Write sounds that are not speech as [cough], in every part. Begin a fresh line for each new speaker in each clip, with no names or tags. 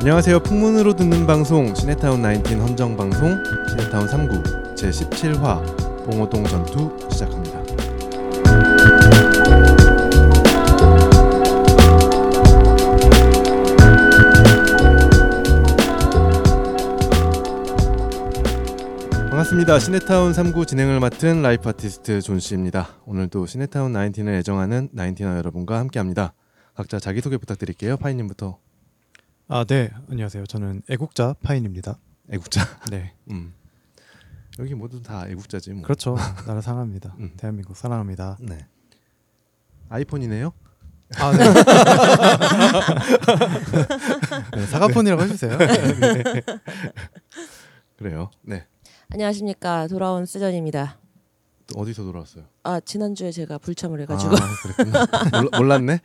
안녕하세요. 풍문으로 듣는 방송 시네타운 19 헌정 방송 시네타운 3구 제 17화 봉호동 전투 시작합니다. 반갑습니다. 시네타운 3구 진행을 맡은 라이프 아티스트 존 씨입니다. 오늘도 시네타운 19을 애정하는 19너 여러분과 함께합니다. 각자 자기소개 부탁드릴게요. 파이님부터
아, 네. 안녕하세요. 저는 애국자 파인입니다.
애국자.
[laughs] 네.
음. 여기 모두 다 애국자지 뭐.
그렇죠. 나라 사랑합니다.
음.
대한민국 사랑합니다.
네. 아이폰이네요. [laughs]
아, 네. 네, 사과폰이라고 해주세요. 네.
[laughs] 그래요. 네.
안녕하십니까 돌아온 쓰전입니다.
또 어디서 돌아왔어요?
아 지난주에 제가 불참을 해가지고
아, 그랬구나. 몰라, 몰랐네.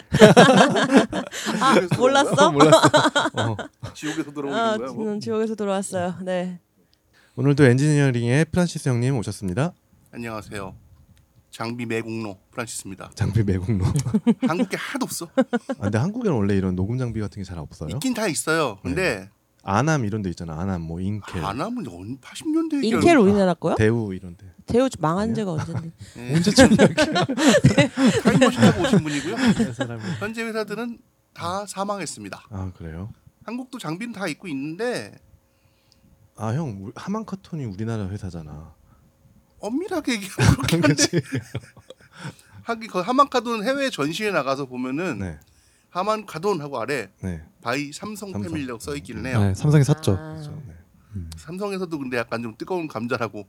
아, 몰랐어?
몰랐어. 어.
지옥에서 들어오는
아
거야. 뭐.
지금 지옥에서 돌아왔어요. 네.
오늘도 엔지니어링의 프란시스 형님 오셨습니다.
안녕하세요. 장비 매국노 프란시스입니다.
장비 매국노. 아,
한국에 하나도 없어.
근데 한국에는 원래 이런 녹음 장비 같은 게 잘 없어요.
있긴 다 있어요. 근데
아남 이런 데 있잖아. 아남 뭐 인켈,
안 하면 언 80년대
인켈 우리나라 거요?
대우 이런 데.
대우 망한 지가 언젠데?
언제쯤 타임머신 타고 오신 분이고요. 현재 회사들은 다 사망했습니다.
아, 그래요.
한국도 장비는 다 있고 있는데
아, 형 우리- 하만커톤이 우리나라 회사잖아.
엄밀하게 얘기하면 그렇긴 한데
[laughs] 그렇지.
하기 그 하만카돈 해외 전시회 나가서 보면은
네.
하만카돈하고 아래
네.
바이 삼성,
삼성.
패밀리라고 써 있기는 해요.
[laughs] 네, 삼성이 샀죠.
그렇죠.
아,
네.
삼성에서도 근데 약간 좀 뜨거운 감자라고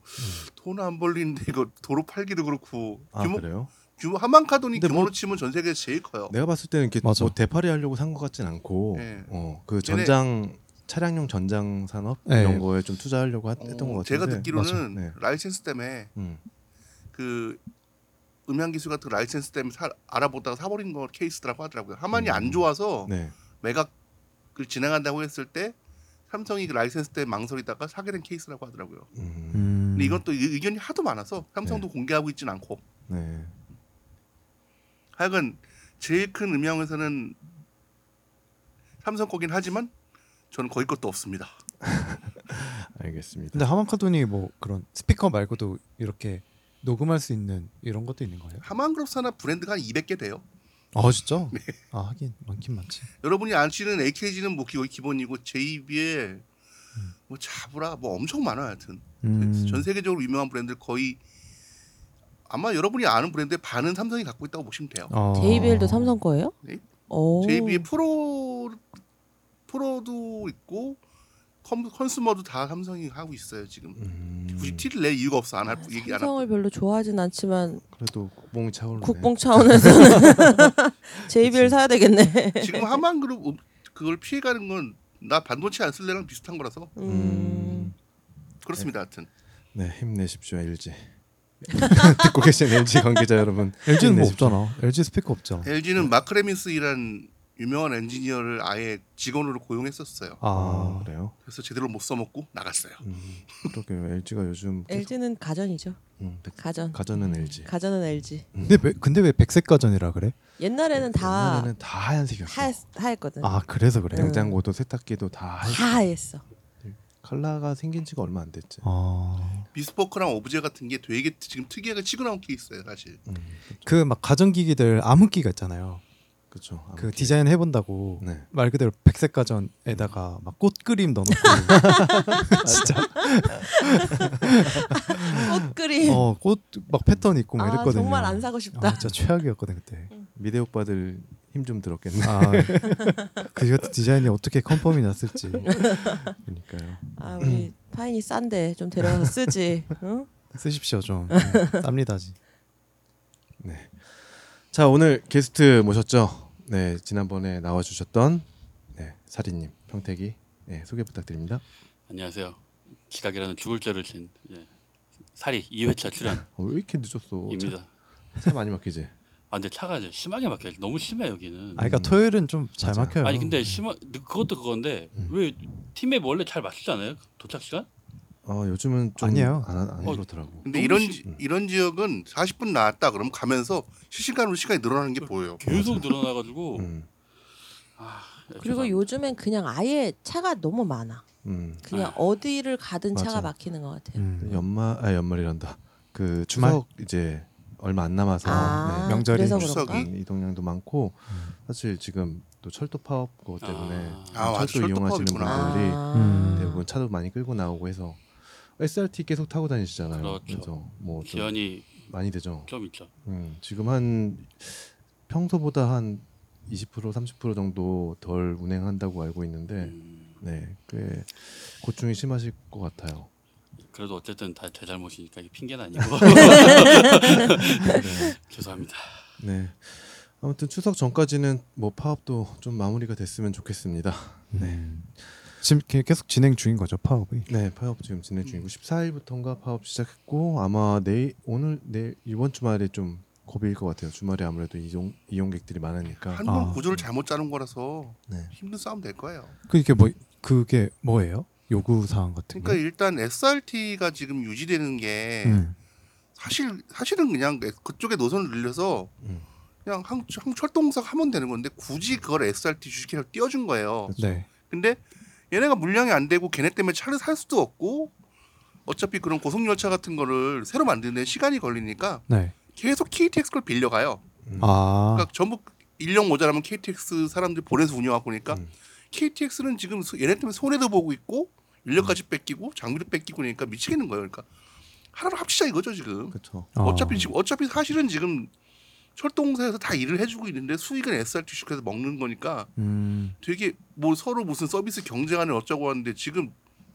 돈 안 벌리는데 이거 도로 팔기도 그렇고
아,
규모
그래요?
규모 하만카돈이
근데
규모로
뭐-
치면 전 세계 제일 커요.
내가 봤을 때는 이렇게
맞아.
뭐 대파리 하려고 산 것 같진 않고
예.
어, 그
걔네-
전장 차량용 전장 산업
예.
이런 거에 좀 투자하려고 하- 네, 했던 것
어,
같은데
제가 듣기로는
맞아. 네.
라이센스 때문에
음.
그 음향 기술 같은 거 라이센스 때문에 사- 알아보다가 사버린 거 케이스라고 하더라고요. 하만이
음.
안 좋아서
네.
매각을 진행한다고 했을 때 삼성이 그 라이센스 때 망설이다가 사게 된 케이스라고 하더라고요.
음.
음.
근데 이건 또 의- 의견이 하도 많아서 삼성도 공개하고 있진 않고
네.
하여간 제일 큰 음향회사는 삼성 거긴 하지만 저는 거의 것도 없습니다.
알겠습니다.
근데 하만카돈이 뭐 그런 스피커 말고도 이렇게 녹음할 수 있는 이런 것도 있는
네.
거예요?
하만그룹사나 브랜드가 한 200개 돼요.
아, 진짜? 아, 하긴 많긴 많지.
여러분이 아시는 AKG는 뭐 기- 기본이고 JBL 뭐 자브라 뭐 엄청 많아요. 하여튼
음.
네, 전 세계적으로 유명한 브랜드 거의 아마 여러분이 아는 브랜드의 반은 삼성이 갖고 있다고 보시면 돼요.
어.
JBL도 삼성 거예요?
네.
오.
JBL 프로 프로도 있고 컴, 컨슈머도 다 삼성이 하고 있어요 지금.
음.
굳이 티를 낼 이유가 없어 안 할 아, 얘기 안 하고.
아, 삼성을 별로 좋아하진 않지만
그래도 국뽕이 차오르네.
국뽕 차원에서는 [laughs] JBL 사야 되겠네.
지금 하만 그룹 음- 그걸 피해가는 건 나 반도체 안 쓸래랑 비슷한 거라서
음.
그렇습니다. 하여튼
네, 힘내십시오 LG. [laughs] 듣고 계신 LG 관계자 여러분.
LG는 뭐
힘내십시오.
없잖아. LG 스피커 없죠.
LG는 마크레민스이란 유명한 엔지니어를 아예 직원으로 고용했었어요.
아,
아,
그래요?
그래서 제대로 못 써먹고 나갔어요.
음, 그러게요. LG가 요즘 계속-
LG는 가전이죠.
음, 백-
가전.
가전은 LG.
가전은 LG.
근데 왜, 근데 왜 백색 가전이라 그래?
옛날에는 다
네, 옛날에는 다 하얀색이었어.
하였, 하였거든.
아, 그래서 그래. 요
응.
냉장고도 세탁기도 다 하얀.
다 하였어.
칼라가 생긴 지가 얼마 안 됐지.
아,
비스포크랑 오브제 같은 게 되게 지금 특이하게 치고 나온 케이스예요, 사실.
그 막 가전기기들 암흑기가 있잖아요.
그렇죠.
그 디자인 해본다고
네.
말 그대로 백색 가전에다가 막 꽃 그림 넣어놓고
[laughs]
[laughs] 진짜
꽃그림.
어꽃 막 패턴 있고 막
예. 아
이랬거든요.
정말 안 사고 싶다. 음.
아, 진짜 최악이었거든 그때.
미대 오빠들 힘 좀 들었겠네.
아, 그 같은 디자인이 어떻게 컨펌이 났을지.
[laughs] 그러니까요.
아 우리 파인이 싼데 좀 데려가서 쓰지. 응?
쓰십시오 좀. 네, 쌉니다지.
자 오늘 게스트 모셨죠. 네 지난번에 나와주셨던 네 사리님 평택이 네, 소개 부탁드립니다.
안녕하세요. 지각이라는 죽을 죄를 진 예. 사리 2회차 출연입니다.
어, 왜 이렇게 늦었어? 차, 차 많이 막히지.
아 근데 차가 이제 심하게 막혀요. 너무 심해 여기는.
아, 그러니까 토요일은 좀 잘
맞아.
막혀요.
아니 근데 심하 그것도 그건데
음.
왜 팀에 원래 잘 맞추지 않아요? 도착 시간?
어 요즘은 좀
아니에요.
안, 안
어,
그러더라고.
근데
너무
이런
시-
지- 이런 지역은 40분 나왔다 그럼 가면서 실시간으로 시간이 늘어나는 게 보여요.
뭐. 계속 늘어나가지고
음.
예,
그리고
죄송합니다.
요즘엔 그냥 아예 차가 너무 많아.
음.
그냥
아.
어디를 가든
맞아.
차가 막히는 것
음.
같아요.
연말 아 연말이란다. 그
주말?
추석 이제 얼마 안 남아서
아,
네,
명절이
그래서
추석이?
그런가?
이- 이동량도 많고 사실 지금 또 철도 파업 그것 때문에
아,
아,
철도
맞아. 철도
이용하시는 분들이
파업이구나.
아.
음.
대부분 차도 많이 끌고 나오고 해서 SRT 계속 타고 다니시잖아요.
그렇죠.
래서 뭐좀
기한이
많이 되죠.
좀 있죠.
음, 지금 한 평소보다 한 20% 30% 정도 덜 운행한다고 알고 있는데
음,
네, 꽤 고충이 심하실 것 같아요.
그래도 어쨌든 다 제 잘못이니까 이게 핑계는 아니고
[laughs] 네.
[laughs] 죄송합니다.
네. 아무튼 추석 전까지는 뭐 파업도 좀 마무리가 됐으면 좋겠습니다.
네. 지금 이렇게 계속 진행 중인 거죠 파업이.
네, 파업 지금 진행 중이고 14일부터인가 파업 시작했고 아마 내일 오늘 내일 이번 주말에 좀 고비일 것 같아요. 주말에 아무래도 이용 이용객들이 많으니까.
한번
아.
구조를 잘못 짜는 거라서
네.
힘든 싸움 될 거예요.
그 이게 뭐 그게 뭐예요? 요구 사항 같은
그러니까
거.
일단 SRT가 지금 유지되는 게
음.
사실 사실은 그냥 그쪽에 노선을 늘려서
음.
그냥 한국 철동석 하면 되는 건데 굳이 그걸 SRT 주식회사로 띄워준 거예요.
네.
근데 얘네가 물량이 안 되고 걔네 때문에 차를 살 수도 없고 어차피 그런 고속 열차 같은 거를 새로 만드는 데 시간이 걸리니까
네.
계속 KTX 걸 빌려가요.
아.
그러니까 전부 인력 모자라면 KTX 사람들 보내서 운영하고 보니까
음.
KTX는 지금 소- 얘네 때문에 손해도 보고 있고 인력까지 뺏기고 장비도 뺏기고 그러니까 미치겠는 거예요. 그러니까 하나로 합치자 이거죠 지금.
그렇죠.
아.
어차피 지금 어차피 사실은 지금 철도공사에서 다 일을 해주고 있는데 수익은 SRT 주식에서 먹는 거니까
음.
되게 뭐 서로 무슨 서비스 경쟁하는 어쩌고 하는데 지금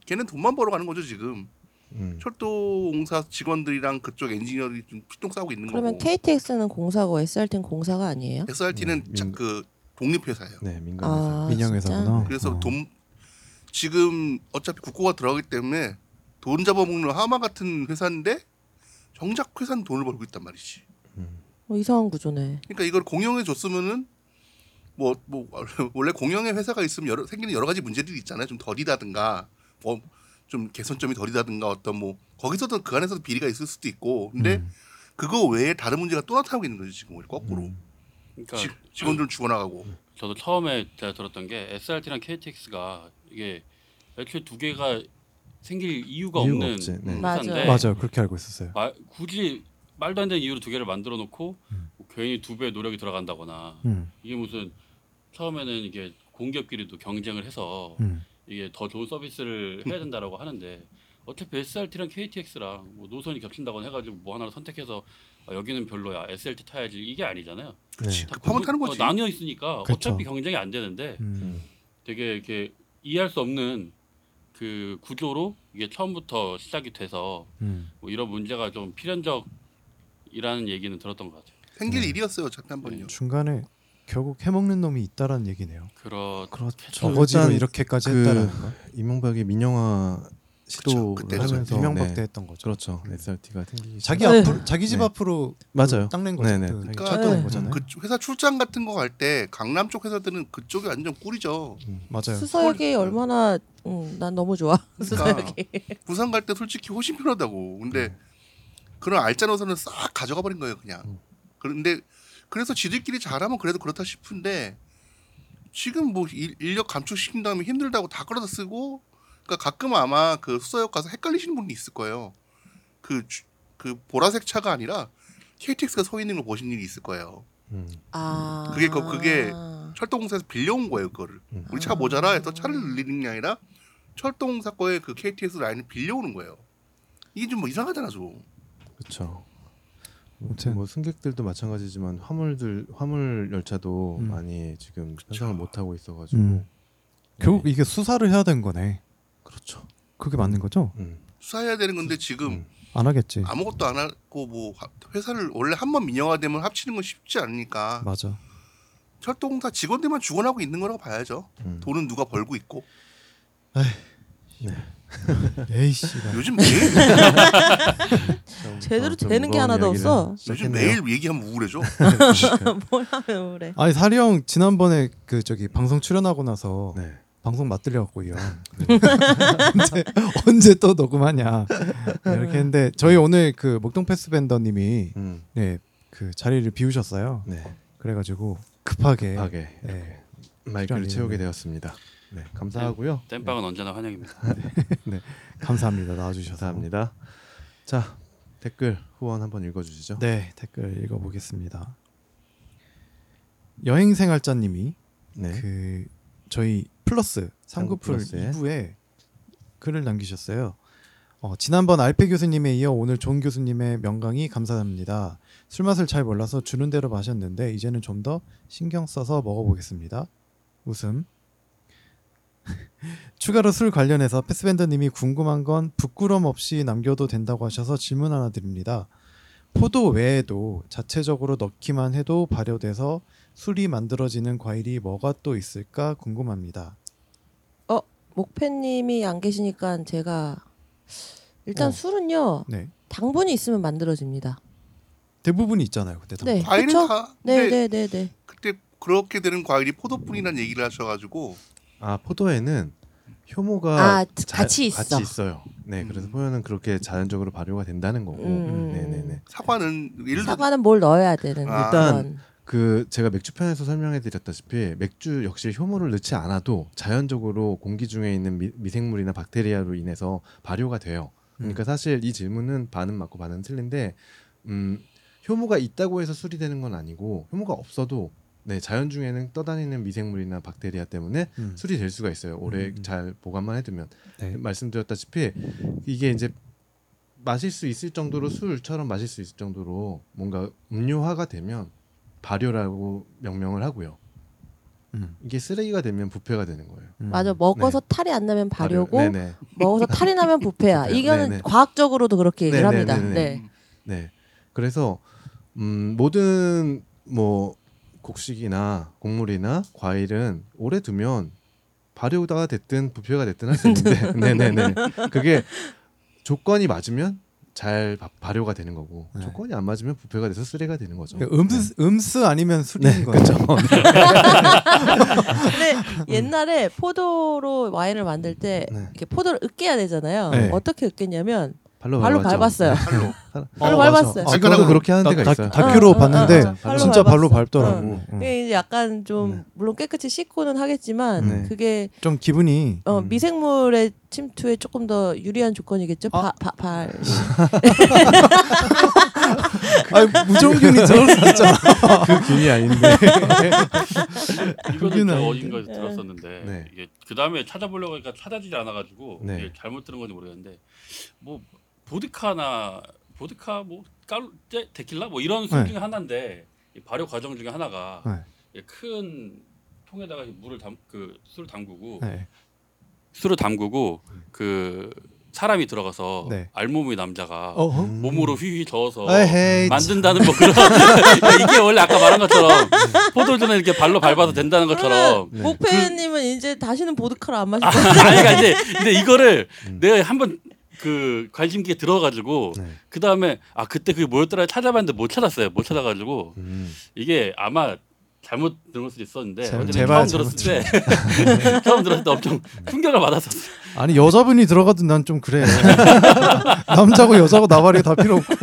걔는 돈만 벌어가는 거죠 지금
음.
철도공사 직원들이랑 그쪽 엔지니어들이 좀 피똥 싸고 있는
그러면
거고
KTX는 공사고 SRT는 공사가 아니에요?
네. SRT는
음, 민-
그 독립회사예요.
네, 민간에서.
아,
민영회사구나.
그래서
어.
돈 지금 어차피 국고가 들어가기 때문에 돈 잡아먹는 하마 같은 회사인데 정작 회사는 돈을 벌고 있단 말이지.
음.
어, 이상한 구조네.
그러니까 이걸 공영에 줬으면은 뭐, 뭐 [laughs] 원래 공영의 회사가 있으면 여러, 생기는 여러 가지 문제들이 있잖아요. 좀 더디다든가 뭐 좀 개선점이 더디다든가 어떤 뭐 거기서도 그 안에서도 비리가 있을 수도 있고 근데
음.
그거 외에 다른 문제가 또 나타나고 있는 거죠 지금 오히려 거꾸로
그러니까 음.
지- 직원들 죽어나가고
저도 처음에 제가 들었던 게 SRT랑 KTX가 이게 애초에 두 개가 생길
이유가
이유가 없는
없지.
음.
네.
회사인데
네.
맞아요. 그렇게 알고 있었어요.
마- 굳이 말도 안 되는 이유로 두 개를 만들어 놓고
음.
뭐 괜히 두 배의 노력이 들어간다거나
음.
이게 무슨 처음에는 이게 공기업끼리도 경쟁을 해서
음.
이게 더 좋은 서비스를 해야 된다라고 하는데 어차피 SRT랑 KTX랑 뭐 노선이 겹친다거나 해가지고 뭐 하나를 선택해서 아, 여기는 별로야 SRT 타야지 이게 아니잖아요.
네.
그치.
다
급하면
구분-
타는
어,
거지.
나뉘어 있으니까
그쵸.
어차피 경쟁이 안 되는데
음.
음.
되게 이렇게 이해할 수 없는 그 구조로 이게 처음부터 시작이 돼서
음.
뭐 이런 문제가 좀 필연적이라는 얘기는 들었던 것 같아요.
생길 일이었어요 어차피
네.
한 번요.
중간에 결국 해먹는 놈이 있다라는 얘기네요.
그렇
그렇죠.
저거지로
일단
이렇게까지
그-
했다라는 거.
이명박이 민영화 시도를
그때죠.
하면서
이명박
네.
때 했던 거죠.
그렇죠. SRT가 생기기
자기
네.
앞으로 자기 집
네.
앞으로
맞아요.
닦는 거죠.
네네. 그러니까
그
자기
철도
네.
거잖아요.
그 회사 출장 같은 거 갈 때 강남 쪽 회사들은 그쪽이 완전 꿀이죠.
맞아요.
수서역이
헐.
얼마나 음, 난 너무 좋아.
그러니까
수서역이.
부산 갈 때 솔직히 훨씬 편하다고. 근데 그런 알짜 노선을 싹 가져가 버린 거예요, 그냥. 그런데 그래서 지들끼리 잘하면 그래도 그렇다 싶은데 지금 뭐 일, 인력 감축시킨 다음에 힘들다고 다 끌어다 쓰고 그러니까 가끔 아마 그 수서역 가서 헷갈리시는 분이 있을 거예요. 그 그 보라색 차가 아니라 KTX가 서 있는 걸 보신 일이 있을 거예요.
음.
아.
그게 그- 그게 철도공사에서 빌려온 거예요, 그거를.
음.
우리 차가 모자라 해서 차를 늘리는 게 아니라 철도공사 거에 그 KTX 라인을 빌려오는 거예요. 이게 좀 뭐 이상하잖아, 좀.
그렇죠.
아무튼.
뭐 승객들도 마찬가지지만 화물들 화물 열차도
음.
많이 지금 편성을 못 하고 있어가지고 네,
음. 결국 이게 수사를 해야 된 거네.
그렇죠.
그게 맞는 거죠?
음.
수사해야 되는 건데 지금
음.
안 하겠지.
아무것도 안 하고 뭐 화- 회사를 원래 한 번 민영화되면 합치는 건 쉽지 않으니까
맞아.
철도공사 직원들만 죽어나고 있는 거라고 봐야죠.
음.
돈은 누가 벌고 있고
아.
에이씨.
음.
요즘
[laughs]
매일
제대로
아무튼
되는 게
무거운
하나도
이야기를
없어.
요즘
시작했네요.
매일 얘기하면 우울해져.
[laughs] 뭐라면 그래.
아니 사리 형 지난번에 그 저기 방송 출연하고 나서
네.
방송 맞들려갖고요. [laughs] 언제, 언제 또 녹음하냐 네, 이렇게 했는데 저희 오늘 그 목동 패스밴더님이
음.
네, 그 자리를 비우셨어요.
네.
그래가지고 급하게,
파괴.
네,
마이크를
필요한
채우게
일이네요.
되었습니다. 네, 감사하고요.
땜빵은 언제나 환영입니다.
감사합니다. 나와주셔서.
감사합니다. 자 댓글 후원 한번 읽어주시죠.
네 댓글 읽어보겠습니다. 여행생활자님이
네.
그 저희 플러스 상구풀
플러스에.
2부에 글을 남기셨어요. 어, 지난번 알페 교수님에 이어 오늘 존 교수님의 명강이 감사합니다. 술 맛을 잘 몰라서 주는 대로 마셨는데 이제는 좀 더 신경 써서 먹어보겠습니다. 웃음. [laughs] 추가로 술 관련해서 패스밴더님이 궁금한 건 부끄럼 없이 남겨도 된다고 하셔서 질문 하나 드립니다. 포도 외에도 자체적으로 넣기만 해도 발효돼서 술이 만들어지는 과일이 뭐가 또 있을까 궁금합니다.
목팬님이 안 계시니까 제가 일단
어.
술은요
네.
당분이 있으면 만들어집니다.
대부분이 있잖아요, 그때.
네,
과일은
그쵸?
다 근데
네네네 네, 네.
그때 그렇게 되는 과일이 포도뿐이라는 얘기를 하셔가지고
아 포도에는 효모가
아
자-
같이 있어.
같이 있어요. 네, 그래서
음.
포도는 그렇게 자연적으로 발효가 된다는 거고.
음.
네네네.
사과는 예를 들어
사과는 뭘 넣어야 되는 음.
아.
그런.
그 제가 맥주편에서 설명해드렸다시피 맥주 역시 효모를 넣지 않아도 자연적으로 공기 중에 있는 미, 미생물이나 박테리아로 인해서 발효가 돼요. 그러니까 사실 이 질문은 반은 맞고 반은 틀린데 음, 효모가 있다고 해서 술이 되는 건 아니고 효모가 없어도 네 자연 중에는 떠다니는 미생물이나 박테리아 때문에
음.
술이 될 수가 있어요. 오래
음.
잘 보관만 해두면
네.
말씀드렸다시피 이게 이제 마실 수 있을 정도로 술처럼 마실 수 있을 정도로 뭔가 음료화가 되면 발효라고 명명을 하고요.
음.
이게 쓰레기가 되면 부패가 되는 거예요.
음.
맞아 먹어서 탈이 안 나면 발효고
발효- 네. 네네.
먹어서 탈이 나면 부패야.
부패야.
이거는
네네.
과학적으로도 그렇게 얘기를
네네네네.
합니다. 네.
네. 그래서 음, 모든 뭐 곡식이나 곡물이나 과일은 오래 두면 발효가 됐든 부패가 됐든 할 수
[laughs]
있는데, 네네네. 그게 조건이 맞으면 잘 바- 발효가 되는 거고
네.
조건이 안 맞으면 부패가 돼서 쓰레가 되는 거죠.
그러니까 음스 음스 아니면 술인
네,
거예요.
그렇죠.
근데 옛날에 포도로 와인을 만들 때
음. 네.
이렇게 포도를 으깨야 되잖아요.
네.
어떻게 으깼냐면
발로,
발로
밟았죠. 네.
밟았어요.
팔로
발로
맞아.
밟았어요.
아, 그거는 그렇게 하는
다-
데가
다-
있어요.
다큐로
어, 어,
봤는데
어, 어, 발로
진짜 발로
밟았어.
밟더라고. 음.
그게 이제 약간 좀
네.
물론 깨끗이 씻고는 하겠지만
네.
그게
좀 기분이
어,
음.
미생물의 침투에 조금 더 유리한 조건이겠죠.
아.
바, 바, 발.
아 무정균이
[laughs]
저럴 수 있잖아.
그 균이 아닌데.
이거는 제가
아닌데.
어딘가에서 들었었는데
네.
이게 그 다음에 찾아보려고 하니까 찾아지지 않아가지고
네.
이게 잘못 들은 건지 모르겠는데 뭐 보드카나 보드카 뭐 깔, 데, 데킬라 뭐 이런 술
네.
중에 하나인데 이 발효 과정 중에 하나가
네.
이게 큰 통에다가 물을 담그 술을 담그고
네.
술을 담그고 그 사람이 들어가서
네.
알몸의 남자가
어, 어?
음, 몸으로 휘휘 저어서
에헤이.
만든다는 뭐 그런 [laughs] 이게 원래 아까 말한 것처럼 포도주는 이렇게 발로 밟아도 된다는
음.
것처럼 그
네.
목패님은 이제 다시는 보드카를 안 마실
[laughs] 아,
거예요.
아니 그러니까 이제 근데 이거를
음.
내가 한번 그 관심기에 들어가지고
네.
그 다음에 아 그때 그게 뭐였더라 찾아봤는데 못 찾았어요 못 찾아가지고
음. 이게
이게 아마 잘못 들은 수도 있었는데
제-
어쨌든
제발
처음 들었을 때 [laughs] 처음 들었을 때
[laughs]
엄청 충격을 받았었어요
아니 여자분이 들어가든 난 좀 그래. [laughs] 남자고 여자고 나발이 다 필요 없고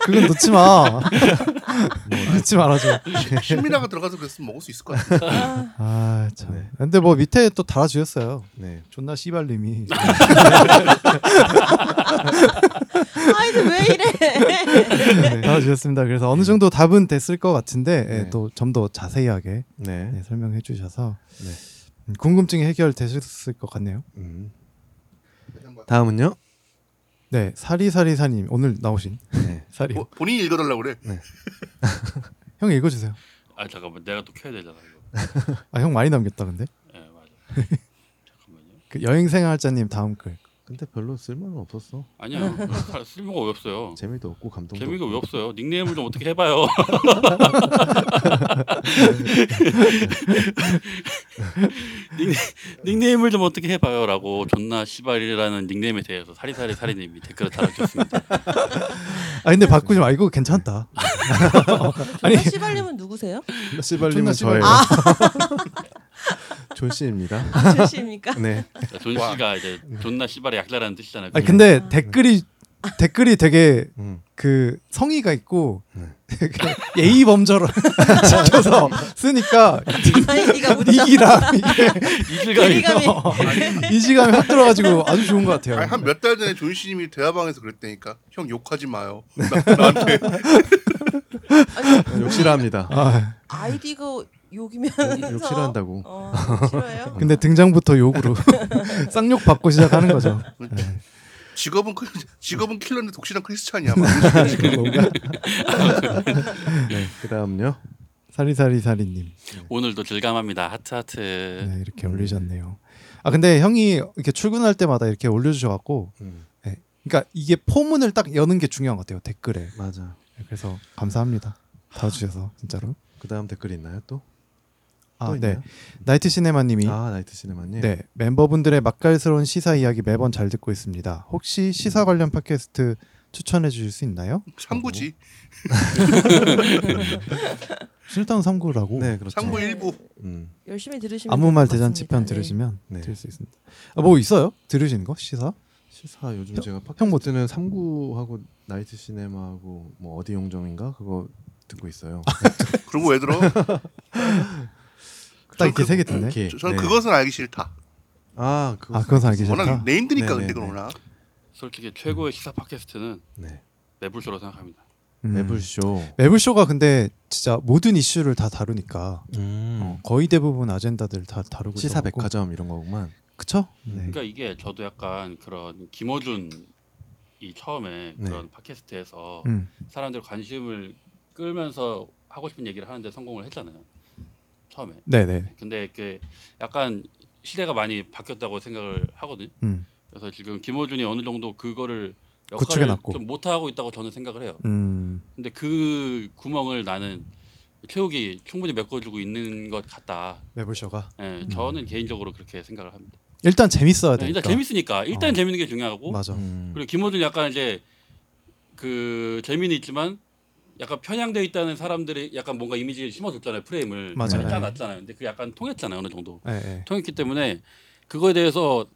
그건 넣지 마.
뭐,
[laughs] 넣지 말아줘.
신미라가 들어가서 그랬으면 먹을 수 있을 것 같아요.
아,
아 참.
네.
근데 뭐 밑에 또 달아주셨어요.
네.
존나
[laughs]
씨발님이
아, 이제 왜 이래?
네, 달아주셨습니다. 그래서 어느 정도 답은 됐을 것 같은데 예,
네.
또 좀 더 자세하게
네.
네, 설명해 주셔서
네.
음, 궁금증이 해결되셨을 것 같네요.
음. 다음은요.
네, 사리사리사님 오늘 나오신
네.
[laughs] 사리
뭐, 본인이 읽어달라고 그래.
형 읽어주세요.
아 잠깐만 내가 또 켜야 되잖아 이거
아 형 많이 남겼다 근데
예 맞아 잠깐만요
그 여행생활자님 다음 글.
근데 별로 쓸모는 없었어.
아니요 [laughs] 다 쓸모가 왜 없어요
재미도 없고 감동도.
재미가
없고.
왜 없어요 닉네임을 좀 어떻게 해봐요 [laughs] 닉, 네임을좀 어떻게 해봐요라고 존나 씨발이라는 닉네임에 대해서 사리사리 사리님이 댓글을 달아주셨습니다
아 근데 바꾸지 마. 이거 괜찮다. [laughs] [laughs] 아니
네.
존나 씨발님은 누구세요?
씨발님은 아.
존나 씨발.
저예요. [laughs] 존 씨입니다.
[laughs]
아, 조씨입니까?
네.
존 씨가 이제 존나 씨발의 약자라는 뜻이잖아요
아 근데 댓글이 댓글이 되게
음.
그 성의가 있고 [laughs] 그
네.
예의 범절을 [laughs] 지켜서 쓰니까
하이니가
네.
무척
이기랑 이게
이질감이
대리감이
이지감이 확 들어가지고 아주 좋은 것 같아요.
아니 한몇 달 전에 존씨님이 대화방에서 그랬다니까 형 욕하지 마요 나, 나한테
욕실합니다.
아,
아이디가 욕이면
욕실한다고. 음.
어, 싫어요?
근데 등장부터 욕으로 [laughs] 쌍욕 받고 시작하는 거죠.
직업은 그- 직업은 킬러인데 독실한 크리스찬이야
[laughs] 뭔가
네, 그다음요.
사리사리사리님
오늘도 즐감합니다. 하트 하트.
네, 이렇게 올리셨네요. 아 근데 형이 이렇게 출근할 때마다 이렇게 올려주셔갖고,
음.
네. 그러니까 이게 포문을 딱 여는 게 중요한 것 같아요 댓글에.
맞아.
그래서 감사합니다. 다 주셔서 진짜로.
그다음 댓글 있나요 또?
아,
또
네.
있나요?
나이트 시네마님이
아 나이트 시네마님.
네 멤버분들의 맛깔스러운 시사 이야기 매번 잘 듣고 있습니다. 혹시 시사 관련 팟캐스트 추천해 주실 수 있나요?
상구지
실당 3구라고
네 그렇죠.
상부 일부
음.
열심히 들으시면
아무
될
말
것
대잔치 편
같습니다.
들으시면
네.
들을 수 있습니다. 아, 뭐 있어요? 들으신 거 시사?
시사 요즘
형-
제가
형 뭐-
팟캐스트는 삼구하고 나이트 시네마하고 뭐 어디 용정인가 그거 듣고 있어요.
그러고 왜 들어
딱 이렇게
그-
세개 듣네.
이렇게.
저는
네.
그것은 알기 싫다
아 그거
아 그건 알기
워낙
싫다.
네임드니까
네네네.
근데 그러나
솔직히 최고의 시사 팟캐스트는
네.
매불쇼로 생각합니다.
음.
매블쇼.
매블쇼가 근데 진짜 모든 이슈를 다 다루니까
음.
어, 거의 대부분 아젠다들 다 다루고
시사
있어갖고.
백화점 이런 거구만.
그쵸? 네.
그러니까 이게 저도 약간 그런 김어준이 처음에
네.
그런 팟캐스트에서
음.
사람들 관심을 끌면서 하고 싶은 얘기를 하는데 성공을 했잖아요. 처음에.
네네.
근데 그 약간 시대가 많이 바뀌었다고 생각을 하거든요.
음.
그래서 지금 김어준이 어느 정도 그거를 역할을
구축해놨고.
좀 못하고 있다고 저는 생각을 해요.
음.
근데 그 구멍을 나는 체육이 충분히 메꿔주고 있는 것 같다.
매블쇼가
예, 저는 개인적으로 그렇게 생각을 합니다.
일단 재밌어야
예,
되니까.
일단 재밌으니까 일단
그러니까. 어.
재밌는 게 중요하고
맞아.
음.
그리고 김호준 약간 이제 그 재미는 있지만 약간 편향돼 있다는 사람들이 약간 뭔가 이미지를 심어줬잖아요 프레임을
맞아요. 네.
짜놨잖아요. 근데 그 약간 통했잖아요 어느 정도
예, 예.
통했기 때문에 그거에 대해서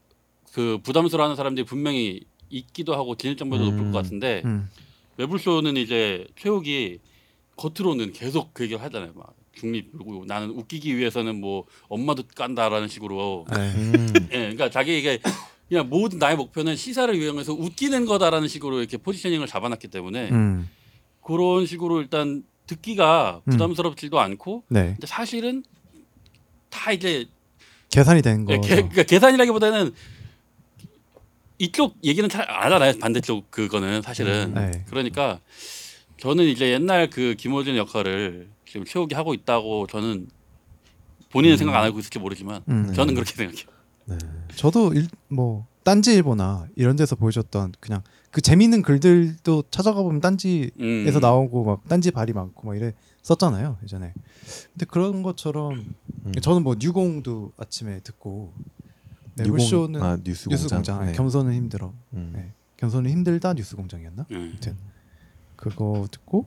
그 부담스러워하는 사람들이 분명히 있기도 하고 진입장벽도 높을
음.
것 같은데
음.
외불쇼는 이제 최욱이 겉으로는 계속 그 얘기를 하잖아요. 막 중립 그리고 나는 웃기기 위해서는 뭐 엄마도 깐다라는 식으로
예.
음.
예, 그러니까 자기 이게 그냥 모든 나의 목표는 시사를 이용해서 웃기는 거다라는 식으로 이렇게 포지셔닝을 잡아놨기 때문에
음.
그런 식으로 일단 듣기가
음.
부담스럽지도 않고
네.
근데 사실은 다 이제
계산이 된
예,
거.
개, 그러니까 계산이라기보다는 이쪽 얘기는 잘 알아요 반대쪽 그거는 사실은
네.
그러니까 저는 이제 옛날 그 김호준 역할을 지금 최욱이 하고 있다고 저는 본인은 생각 안 하고 있을지 모르지만
음.
저는 그렇게 생각해요.
네.
저도 일, 뭐 딴지일보나 이런 데서 보여줬던 그냥 그 재밌는 글들도 찾아가 보면 딴지에서
음.
나오고 막 딴지 발이 많고 막 이래 썼잖아요 예전에. 근데 그런 것처럼
음.
저는 뭐 뉴공도 아침에 듣고 네,
뉴공-
물쇼는
아, 뉴스
뉴스
공장.
공장,
네.
겸손은 힘들어,
음.
네. 겸손은 힘들다 뉴스 공장이었나?
예.
그거 듣고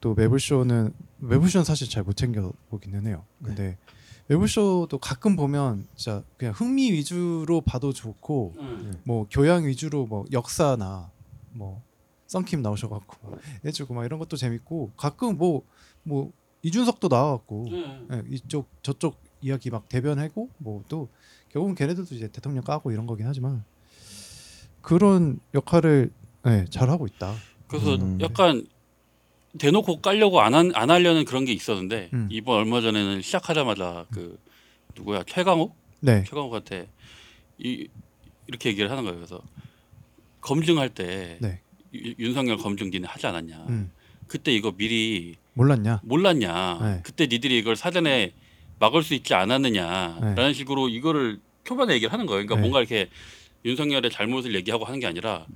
또 매블쇼는 매블쇼는 사실 잘 못 챙겨 보기는 해요.
네.
근데 매블쇼도 가끔 보면 진짜 그냥 흥미 위주로 봐도 좋고
음.
뭐 교양 위주로 뭐 역사나 뭐 썬킴 나오셔갖고 막 해주고 막 이런 것도 재밌고 가끔 뭐 뭐 이준석도 나와갖고
예.
예, 이쪽 저쪽 이야기 막 대변하고 뭐 또 결국은 걔네들도 이제 대통령 까고 이런 거긴 하지만 그런 역할을 예, 잘 하고 있다.
그래서
음.
약간 대놓고 깔려고 안, 한, 안 하려는 그런 게 있었는데
음.
이번 얼마 전에는 시작하자마자 그 누구야 최강욱
네.
최강욱한테 이, 이렇게 얘기를 하는 거예요. 그래서 검증할 때
네.
유- 윤석열 검증 니네 하지 않았냐?
음,
그때 이거 미리
몰랐냐?
몰랐냐?
네.
그때 니들이 이걸 사전에 막을 수 있지 않았느냐라는 식으로 이거를 초반에 얘기를 하는 거예요. 그러니까
네.
뭔가 이렇게 윤석열의 잘못을 얘기하고 하는 게 아니라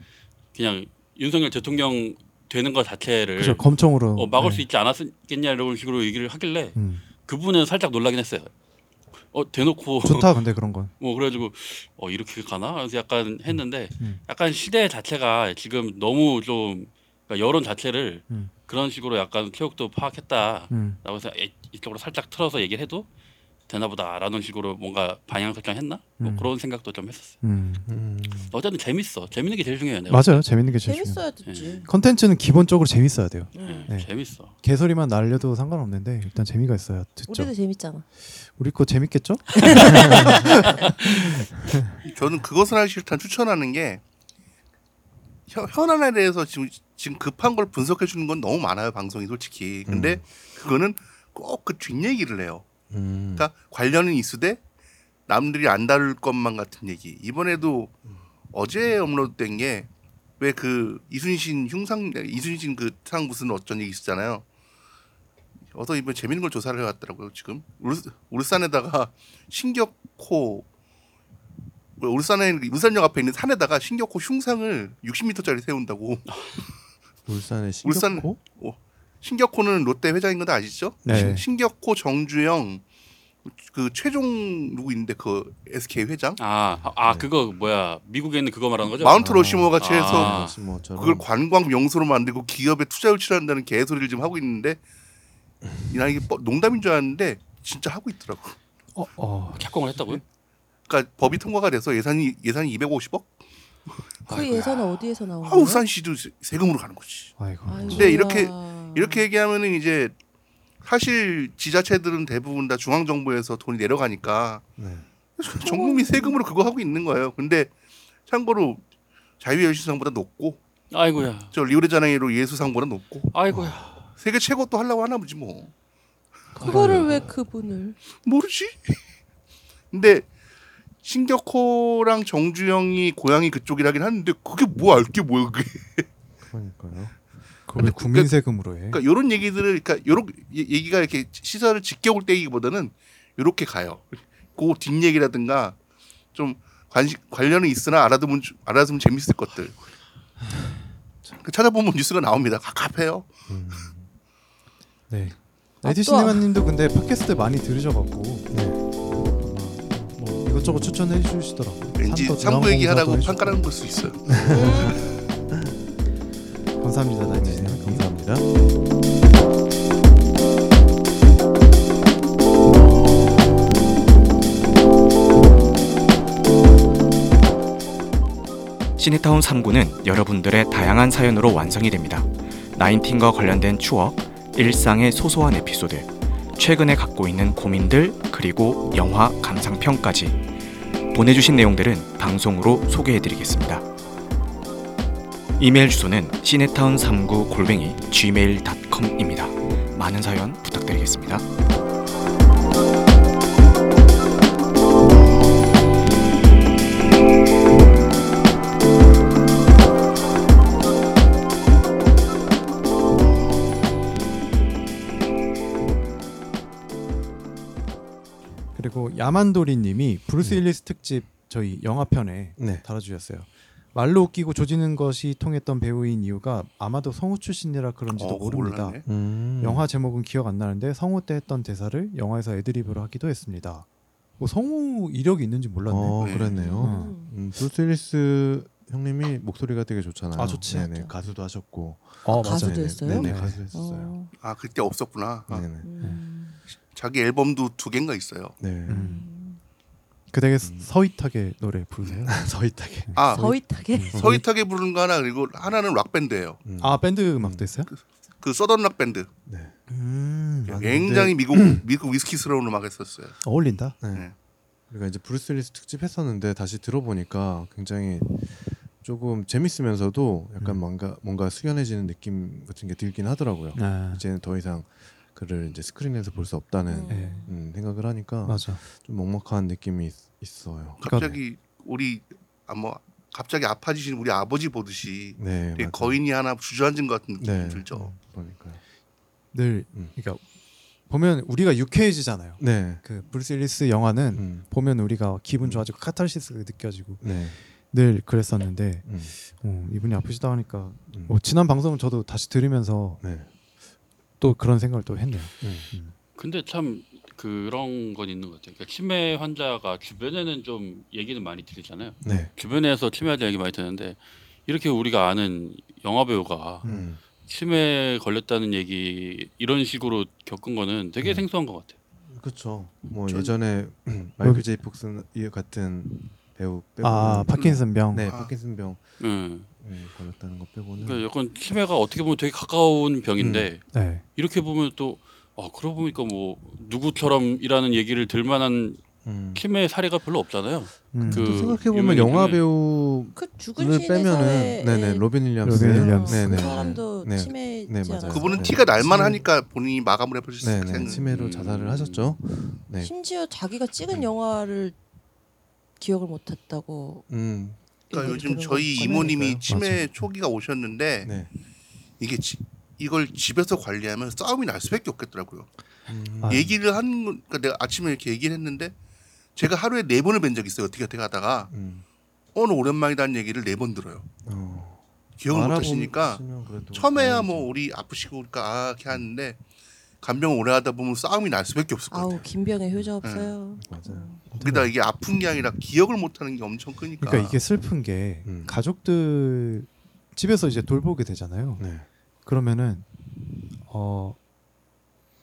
그냥 윤석열 대통령 되는 것 자체를
그죠 검청으로
어, 막을
네.
수 있지 않았겠냐 이런 식으로 얘기를 하길래
음,
그분은 살짝 놀라긴 했어요. 어 대놓고
좋다 근데 그런 건
[laughs] 뭐 그래가지고 어 이렇게 가나? 그래서 약간 했는데
음.
약간 시대 자체가 지금 너무 좀 그러니까 여론 자체를
음.
그런 식으로 약간 체육도 파악했다.
음,
예, 라고 해서 애- 이쪽으로 살짝 틀어서 얘기를 해도 되나보다라는 식으로 뭔가 방향 설정했나? 뭐
음.
그런 생각도 좀 했었어요.
음.
음.
어쨌든 재밌어. 재밌는 게 제일 중요해요. 내가.
맞아요. 재밌는 게 제일 중요해요.
네. 재밌어야
네.
됐지.
컨텐츠는 기본적으로 재밌어야 돼요.
네,
네.
재밌어.
개소리만 날려도 상관없는데 일단 재미가 있어야 듣죠.
우리도 재밌잖아.
우리 거 재밌겠죠?
저는 그것을 하기 싫단 추천하는 게 현- 현안에 대해서 지금 지금 급한 걸 분석해 주는 건 너무 많아요 방송이 솔직히. 근데 그거는 꼭 그 뒷얘기를 해요.
음.
그러니까 관련은 있으되 남들이 안 다룰 것만 같은 얘기. 이번에도 어제 업로드된 게 왜 그 이순신 흉상 이순신 그 상 무슨 어쩐 얘기 있었잖아요. 어서 이번 재밌는 걸 조사를 해왔더라고요 지금 울, 울산에다가 신격호 뭐 울산에 울산역 앞에 있는 산에다가 신격호 흉상을 60m짜리 세운다고
울산의
울산-
신격호?
신격호는 롯데 회장인 건 아시죠?
네.
신- 신격호 정주영 그 최종 누구 있는데 그 SK 회장
아, 아, 아, 그거 뭐야? 미국에 있는 그거 말하는 거죠?
마운트 로시모가
아.
최소
혹시 뭐처럼
그걸 관광 명소로 만들고 기업에 투자 유치를 한다는 개소리를 지금 하고 있는데 나 이게 뻔- 농담인 줄 알았는데 진짜 하고 있더라고.
어, 어.
착공을 했다고요?
그러니까 법이 통과가 돼서 예산이 예산이 250억?
그 예산은 어디에서 나온 거야?
아 울산시도 세- 세금으로 가는 거지.
아이고.
근데 이렇게- 이렇게 얘기하면은 이제 사실 지자체들은 대부분 다 중앙 정부에서 돈이 내려가니까
네.
전 국민 세금으로 그거 하고 있는 거예요. 근데 참고로 자유예술상보다 높고
아이고야.
저 리오데자네이로 예술상보다 높고
아이고야.
세계 최고 또 하려고 하나 보지 뭐
그거를 왜 그분을?
모르지. [laughs] 근데 신격호랑 정주영이 고향이 그쪽이라긴 하는데 그게 뭐 알게 뭐야 그게.
그러니까요.
그걸 국민 세금으로 해.
그러니까 이런 얘기들을 그러니까 요런 얘- 얘기가 이렇게 시사를 지켜볼 때이기보다는 요렇게 가요. 그 뒷얘기라든가 좀 관시, 관련은 있으나 알아두면 주- 알아두면 재밌을 것들. 그 찾아보면 뉴스가 나옵니다. 갑갑해요.
음.
네.
아,
나이트
또-
시네마님도 근데 팟캐스트 많이 들으셔갖고 네. 아마 뭐 이것저것 추천해 주시더라고.
왠지 삼부 얘기하다고 판가름 볼수 있어요.
감사합니다, 나이트
네,
시네마.
감사합니다.
시네타운 3구는 여러분들의 다양한 사연으로 완성이 됩니다. 나인틴과 관련된 추억, 일상의 소소한 에피소드, 최근에 갖고 있는 고민들, 그리고 영화 감상평까지 보내주신 내용들은 방송으로 소개해드리겠습니다. 이메일 주소는 시네타운 3구 골뱅이 gmail.com입니다. 많은 사연 부탁드리겠습니다.
그리고 야만도리님이 브루스
네.
윌리스 특집 저희 영화편에
네.
달아주셨어요. 말로 웃기고 조지는 것이 통했던 배우인 이유가 아마도 성우 출신이라 그런지도
어, 그거
모릅니다.
몰랐네.
음.
영화 제목은 기억 안 나는데 성우 때 했던 대사를 영화에서
음.
애드립으로 하기도 했습니다. 뭐 성우 이력이 있는지 몰랐네.
어,
네.
그랬네요.
음.
어.
음, 브루스 윌리스 형님이 목소리가 되게 좋잖아요.
아, 좋지.
네네, 가수도 하셨고.
어,
가수- 가수도
네네,
했어요?
네네,
네.
가수 했었어요.
어,
아 그때 없었구나. 아,
네네.
음.
자기 앨범도 두 개인가 있어요.
네.
음. 그대게 서윗하게 노래 부르세요.
음. 네, [laughs] 서있다게.
아
서윗하게 음.
서윗하게 부르는 거 하나 그리고 하나는 락 밴드예요.
음.
아 밴드 음악도 했어요?
그 서던 락 밴드.
네.
음,
아, 근데-
굉장히 미국 미국 위스키스러운 음악 했었어요.
어울린다.
네.
네.
우리가 이제 브루스 윌리스 특집 했었는데 다시 들어보니까 굉장히 조금 재밌으면서도 약간
음.
뭔가 뭔가 숙연해지는 느낌 같은 게 들긴 하더라고요.
아,
이제는 더 이상 그를 이제 스크린에서 볼 수 없다는
예.
음, 생각을 하니까
맞아.
좀 먹먹한 느낌이 있, 어요
갑자기 우리 아뭐 갑자기 아파지신 우리 아버지 보듯이
네.
되게
맞아요.
거인이 하나 주저앉은 것 같은 느낌이
네.
들죠.
그러니까요.
늘
음.
그러니까 보면 우리가 유쾌해지잖아요.
네.
그 브루스 윌리스 영화는
음.
보면 우리가 기분 좋아지고 카타르시스가 느껴지고
네.
늘 그랬었는데
음.
어, 이분이 아프시다 하니까
음.
어, 지난 방송은 저도 다시 들으면서
네.
또 그런 생각을 또 했네요.
음.
근데 참 그런 건 있는 것 같아요. 그러니까 치매 환자가 주변에는 좀 얘기는 많이 들리잖아요.
네.
주변에서 치매 환자 얘기 많이 듣는데 이렇게 우리가 아는 영화 배우가
음.
치매 걸렸다는 얘기 이런 식으로 겪은 거는 되게 생소한 것 같아요.
음. 그렇죠. 뭐
전-
예전에 [clears throat] 마이클 제이 폭스 같은 배우 빼고는
아 파킨슨 병.
네,
아.
파킨슨 병
음.
음, 걸렸다는 거 빼고는
그러니까 약간 치매가 어떻게 보면 되게 가까운 병인데
음.
네.
이렇게 보면 또 아, 그러고 보니까 뭐 누구처럼이라는 얘기를 들 만한
음.
치매 사례가 별로 없잖아요.
음.
그-
생각해 보면
유명인
영화
중에-
배우
그 죽은
를
신의
빼면은
사회에
네네 로빈 윌리엄스
로빈 윌리엄스.
네네
그 사람도
네.
치매지
네, 맞아요.
않았어요?
그분은
네.
티가 날만
심-
하니까 본인이 마감을 해버릴 수
네네
있는
치매로
음.
자살을 하셨죠. 네.
심지어 자기가 찍은 영화를 기억을 못했다고.
음.
그러니까
이렇게
요즘
들은
저희
예, 거니까요.
이모님이 치매
맞아요.
초기가 오셨는데
네.
이게 지- 이걸 집에서 관리하면 싸움이 날 수밖에 없겠더라고요.
음.
아.
얘기를 한 건- 그러니까 내가 아침에 이렇게 얘기를 했는데 제가 하루에 네 번을 뵌 적 있어요. 어떻게 어떻게 하다가
음.
오늘 오랜만이다는 얘기를 네 번 들어요.
어.
기억을 못
알아보면
하시니까
그래도
처음에야
다행이죠.
뭐 우리 아프시고 그러니까 아 이렇게 하는데 간병 오래 하다 보면 싸움이 날 수밖에 없을 것 같아요.
아우 김병의
음.
효자 없어요.
맞아요.
거기다 이게 아픈 게 아니라 기억을 못 하는 게 엄청 크니까.
그러니까 이게 슬픈 게
아. 음.
가족들 집에서 이제 돌보게 되잖아요.
네.
그러면은 어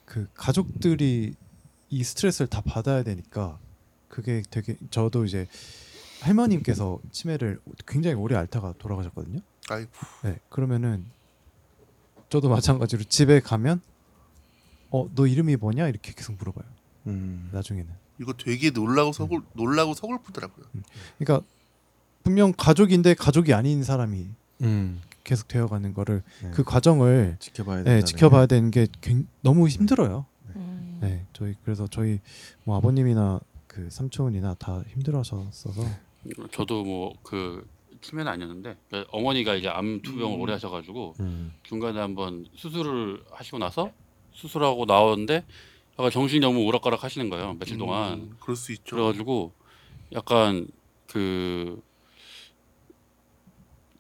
그 가족들이 이 스트레스를 다 받아야 되니까 그게 되게 저도 이제 할머님께서 치매를 굉장히 오래 앓다가 돌아가셨거든요.
아이고.
네. 그러면은 저도 마찬가지로 집에 가면 어 너 이름이 뭐냐 이렇게 계속 물어봐요.
음.
나중에는.
이거 되게 놀라고 서글 놀라고 서글프더라고요.
그러니까 분명 가족인데 가족이 아닌 사람이
음.
계속 되어가는 거를
네.
그 과정을
지켜봐야
네,
된다.
지켜봐야 되는 게 굉- 너무 힘들어요.
음.
네, 저희 그래서 저희 뭐 아버님이나 그 삼촌이나 다 힘들어하셨어서
저도 뭐 그 치매는 아니었는데 그러니까 어머니가 이제 암 투병을
음.
오래 하셔가지고
음.
중간에 한번 수술을 하시고 나서 수술하고 나오는데 약간 정신이 너무 오락가락 하시는 거예요 며칠 동안
음, 그럴 수 있죠.
그래가지고 약간 그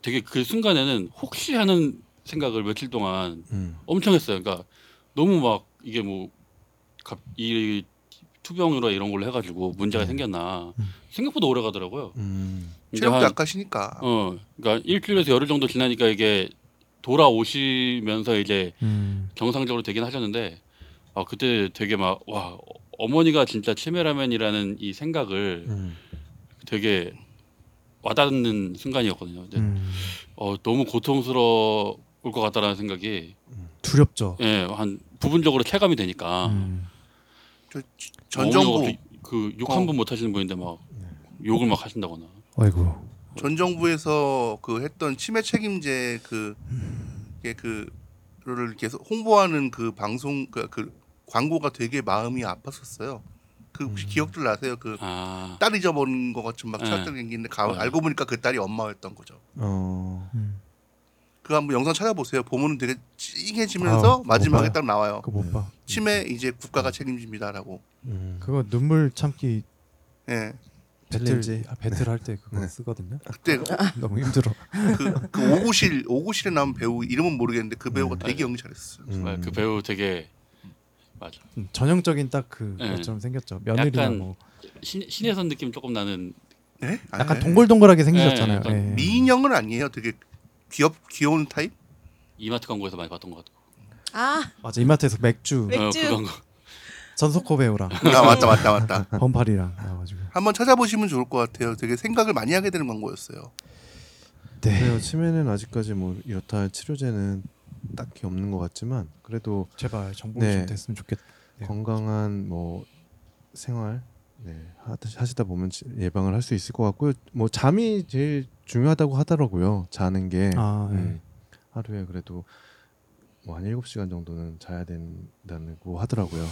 되게 그 순간에는 혹시 하는 생각을 며칠 동안
음.
엄청 했어요. 그러니까 너무 막 이게 뭐 뭐이 투병으로 이런 걸로 해가지고 문제가
네.
생겼나
음.
생각보다 오래 가더라고요.
음.
이제
체력도
한
약하시니까.
어, 그러니까 일주일에서 열흘 정도 지나니까 이게 돌아오시면서 이제
음.
정상적으로 되긴 하셨는데 아 그때 되게 막 와 어머니가 진짜 치매라면이라는 이 생각을
음.
되게 와닿는 순간이었거든요. 근데
음,
어, 너무 고통스러울 것 같다라는 생각이
두렵죠.
예, 한 부분적으로 체감이 되니까
음.
저 지-
어머니가
전정부
어떻게 그 욕
어.
한 번 못 하시는 분인데 막
네.
욕을 막 하신다거나
아이고.
전 정부에서 그 했던 치매 책임제 그 이게 그, 그를 계속 홍보하는 그 방송 그, 그 광고가 되게 마음이 아팠었어요. 그
음.
혹시 기억들 나세요? 그
아
딸 잊어버린 것 같은 막
네.
찾던 얘기인데 가,
네.
알고 보니까 그 딸이 엄마였던 거죠.
어.
음.
그거 한번 영상 찾아보세요. 보면은 되게 찡해지면서
아,
마지막에
못 봐요.
딱 나와요.
그거 못 봐.
치매 이제 국가가 책임집니다라고.
음.
그거 눈물 참기
예.
배틀
챌린지.
아, 배틀 할 때 그거
네.
쓰거든요. [laughs]
그때
너무 힘들어.
그, 그 오구실 오구실에 나온 배우 이름은 모르겠는데 그 배우가
네.
되게 연기 잘했어요.
네?
음.
정말 그 배우 되게 맞아
음, 전형적인 딱그
네.
것처럼 생겼죠. 며느리나
약간
뭐
신, 신혜선 느낌 조금 나는
네? 아,
약간
예.
동글동글하게 생기셨잖아요.
네, 약간
예.
미인형은 아니에요. 되게 귀엽 귀여운
[laughs]
타입.
이마트 광고에서 많이 봤던 것 같고
아
맞아 이마트에서 맥주
네.
어,
맥주.
그 광고
전석호 배우랑
아 맞다 맞다 맞다.
범팔이랑 나와가지고.
한번 찾아보시면 좋을 것 같아요. 되게 생각을 많이 하게 되는 광고였어요.
네.
그래요. 치매는 아직까지 뭐 이렇다 할 치료제는 딱히 없는 것 같지만 그래도
제발 정보
네.
좀 됐으면 좋겠다. 네.
건강한 뭐 생활 네, 하- 하시다 보면 지- 예방을 할 수 있을 것 같고요. 뭐 잠이 제일 중요하다고 하더라고요. 자는 게
아, 네.
음, 하루에 그래도 뭐한 7시간 정도는 자야 된다고 하더라고요.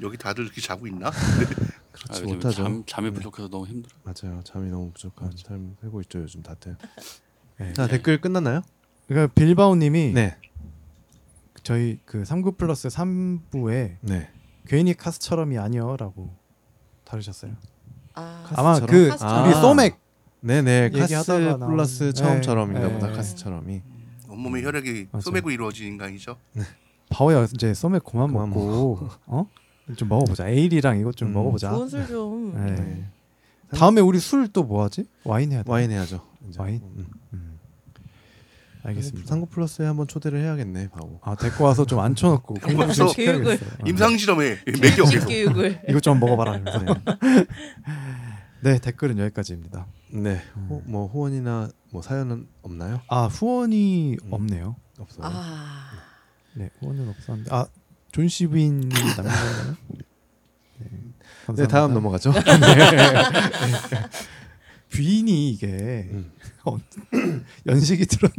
여기 다들 이렇게 자고 있나? [laughs]
아,
그렇지
요즘
못하죠.
잠, 잠이
네.
부족해서 너무 힘들어
맞아요. 잠이 너무 부족한 삶 살고 있죠 요즘 다들.
네.
자 댓글 끝났나요?
그러니까 빌바오님이
네,
저희 그 3구 플러스 3부에
네.
괜히 카스처럼이 아니요라고 다루셨어요.
아.
카스-
아마
카스처럼?
그
카스처럼.
우리 소맥
네네
얘기하다가
카스
나온-
플러스
네,
처음처럼인가
네.
보다 카스처럼이
온몸의 혈액이
맞아요.
소매고 이루어진 인간이죠.
바오야 이제 소맥 그만,
그만
먹고 어? 좀 먹어보자. 에일이랑 이것 좀
음.
먹어보자.
좋은 술 좀.
네.
네.
다음에 우리 술 또 뭐하지? 뭐 와인 해야 돼.
와인 해야죠 이제.
와인?
음.
음. 알겠습니다.
상구 플러스에 한번 초대를 해야겠네, 바오.
아 데리고 와서 좀 앉혀놓고 공부 좀
와서
시켜야겠어요. 어.
임상실험에
네.
[laughs] 맥여 계속.
교육을
이것 좀 먹어봐라. 이러면서. 네 댓글은 여기까지입니다.
네. 호, 뭐 호원이나 뭐 사연은 없나요?
아 후원이
음.
없네요.
없어요.
아
네 후원은 없었는데
[laughs]
아존 시빈이 남긴 건가요? 네,
네, 다음
감사합니다. [laughs] 네.
넘어가죠.
귀인이 이게
음.
연식이 드러나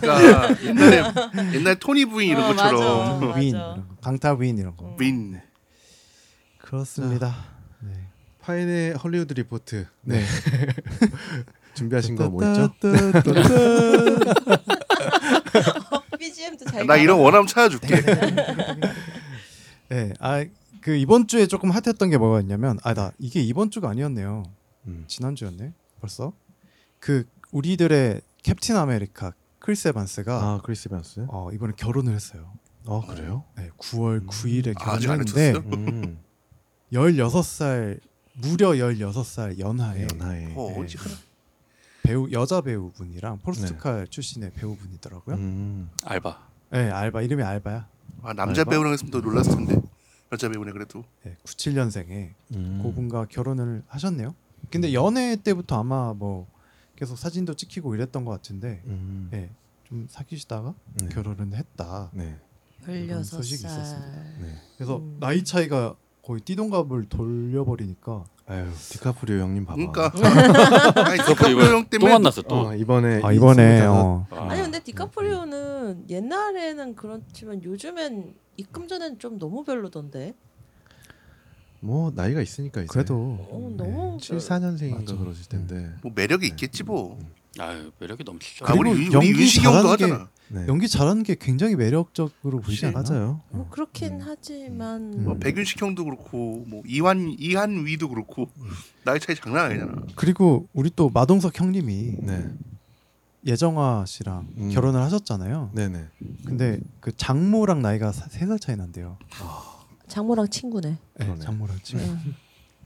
그러니까 옛날에 옛날 토니 부인 이런
어,
것처럼
맞아.
위인 이런 거, 강타 위인 이런 거
음.
빈.
그렇습니다.
아,
네.
파인의 헐리우드 리포트.
네.
네. [laughs] 준비하신 거 뭐 있죠?
BGM도 잘.
나 이런
가라.
원함 찾아줄게.
네, 아그 이번 주에 조금 핫했던 게 뭐였냐면 아 나 이게 이번 주가 아니었네요.
음.
지난 주였네. 벌써 그 우리들의 캡틴 아메리카 크리스 에반스가
아, 크리스 벤스.
어, 이번에 결혼을 했어요.
아, 그래요?
네, 9월
음.
9일에
아, 아직 안
결혼했는데
해줬어요?
음.
16살 무려 16살 연하에
연하에.
어,
[laughs] 네.
어지간한.
배우 여자 배우분이랑 포르투갈 출신의 배우분이더라고요.
네. 음.
알바.
네, 알바 이름이 알바야.
아, 남자
알바?
배우랑 했으면 더 놀랐을 텐데. 여자 배우네 그래도.
네, 97년생에
음.
고분과 결혼을 하셨네요. 근데 연애 때부터 아마 뭐 계속 사진도 찍히고 이랬던 것 같은데
음.
예, 좀 사귀시다가
네.
결혼을 했다.
네.
이런
16살.
소식이 있었습니다.
네.
그래서
음.
나이 차이가 거의 띠동갑을 돌려버리니까
아유, 디카프리오 형님 봐봐.
[laughs]
그러니까. 아니, 디카프리오 형
또
때문에
만났어 또.
어, 이번에
아
이
이번에
스물다섯-
어.
아,
아니 근데 디카프리오는 옛날에는 그렇지만 요즘엔 입금 전엔 좀 너무 별로던데.
뭐 나이가 있으니까 이제.
그래도
어, 너무
7, 4년생인가
맞아.
그러실 텐데.
뭐 매력이 있겠지 뭐.
아유 매력이 넘치죠.
아, 우리, 윤-
네. 연기
우리 윤식이 형도
잘하는 게-
하잖아.
네.
연기 잘하는 게 굉장히 매력적으로 보이지 않아?
맞아요.
뭐 그렇긴 하지만
음.
뭐 백윤식 형도 그렇고 뭐 이환 이한위도 그렇고
음.
나이 차이 장난 아니잖아.
그리고 우리 또 마동석 형님이
네.
예정아 씨랑
음.
결혼을 하셨잖아요.
네, 네.
근데 그 장모랑 나이가 사- 세살 차이 난대요.
장모랑 친구네.
네,
그러네.
장모랑
[laughs]
지금.
응.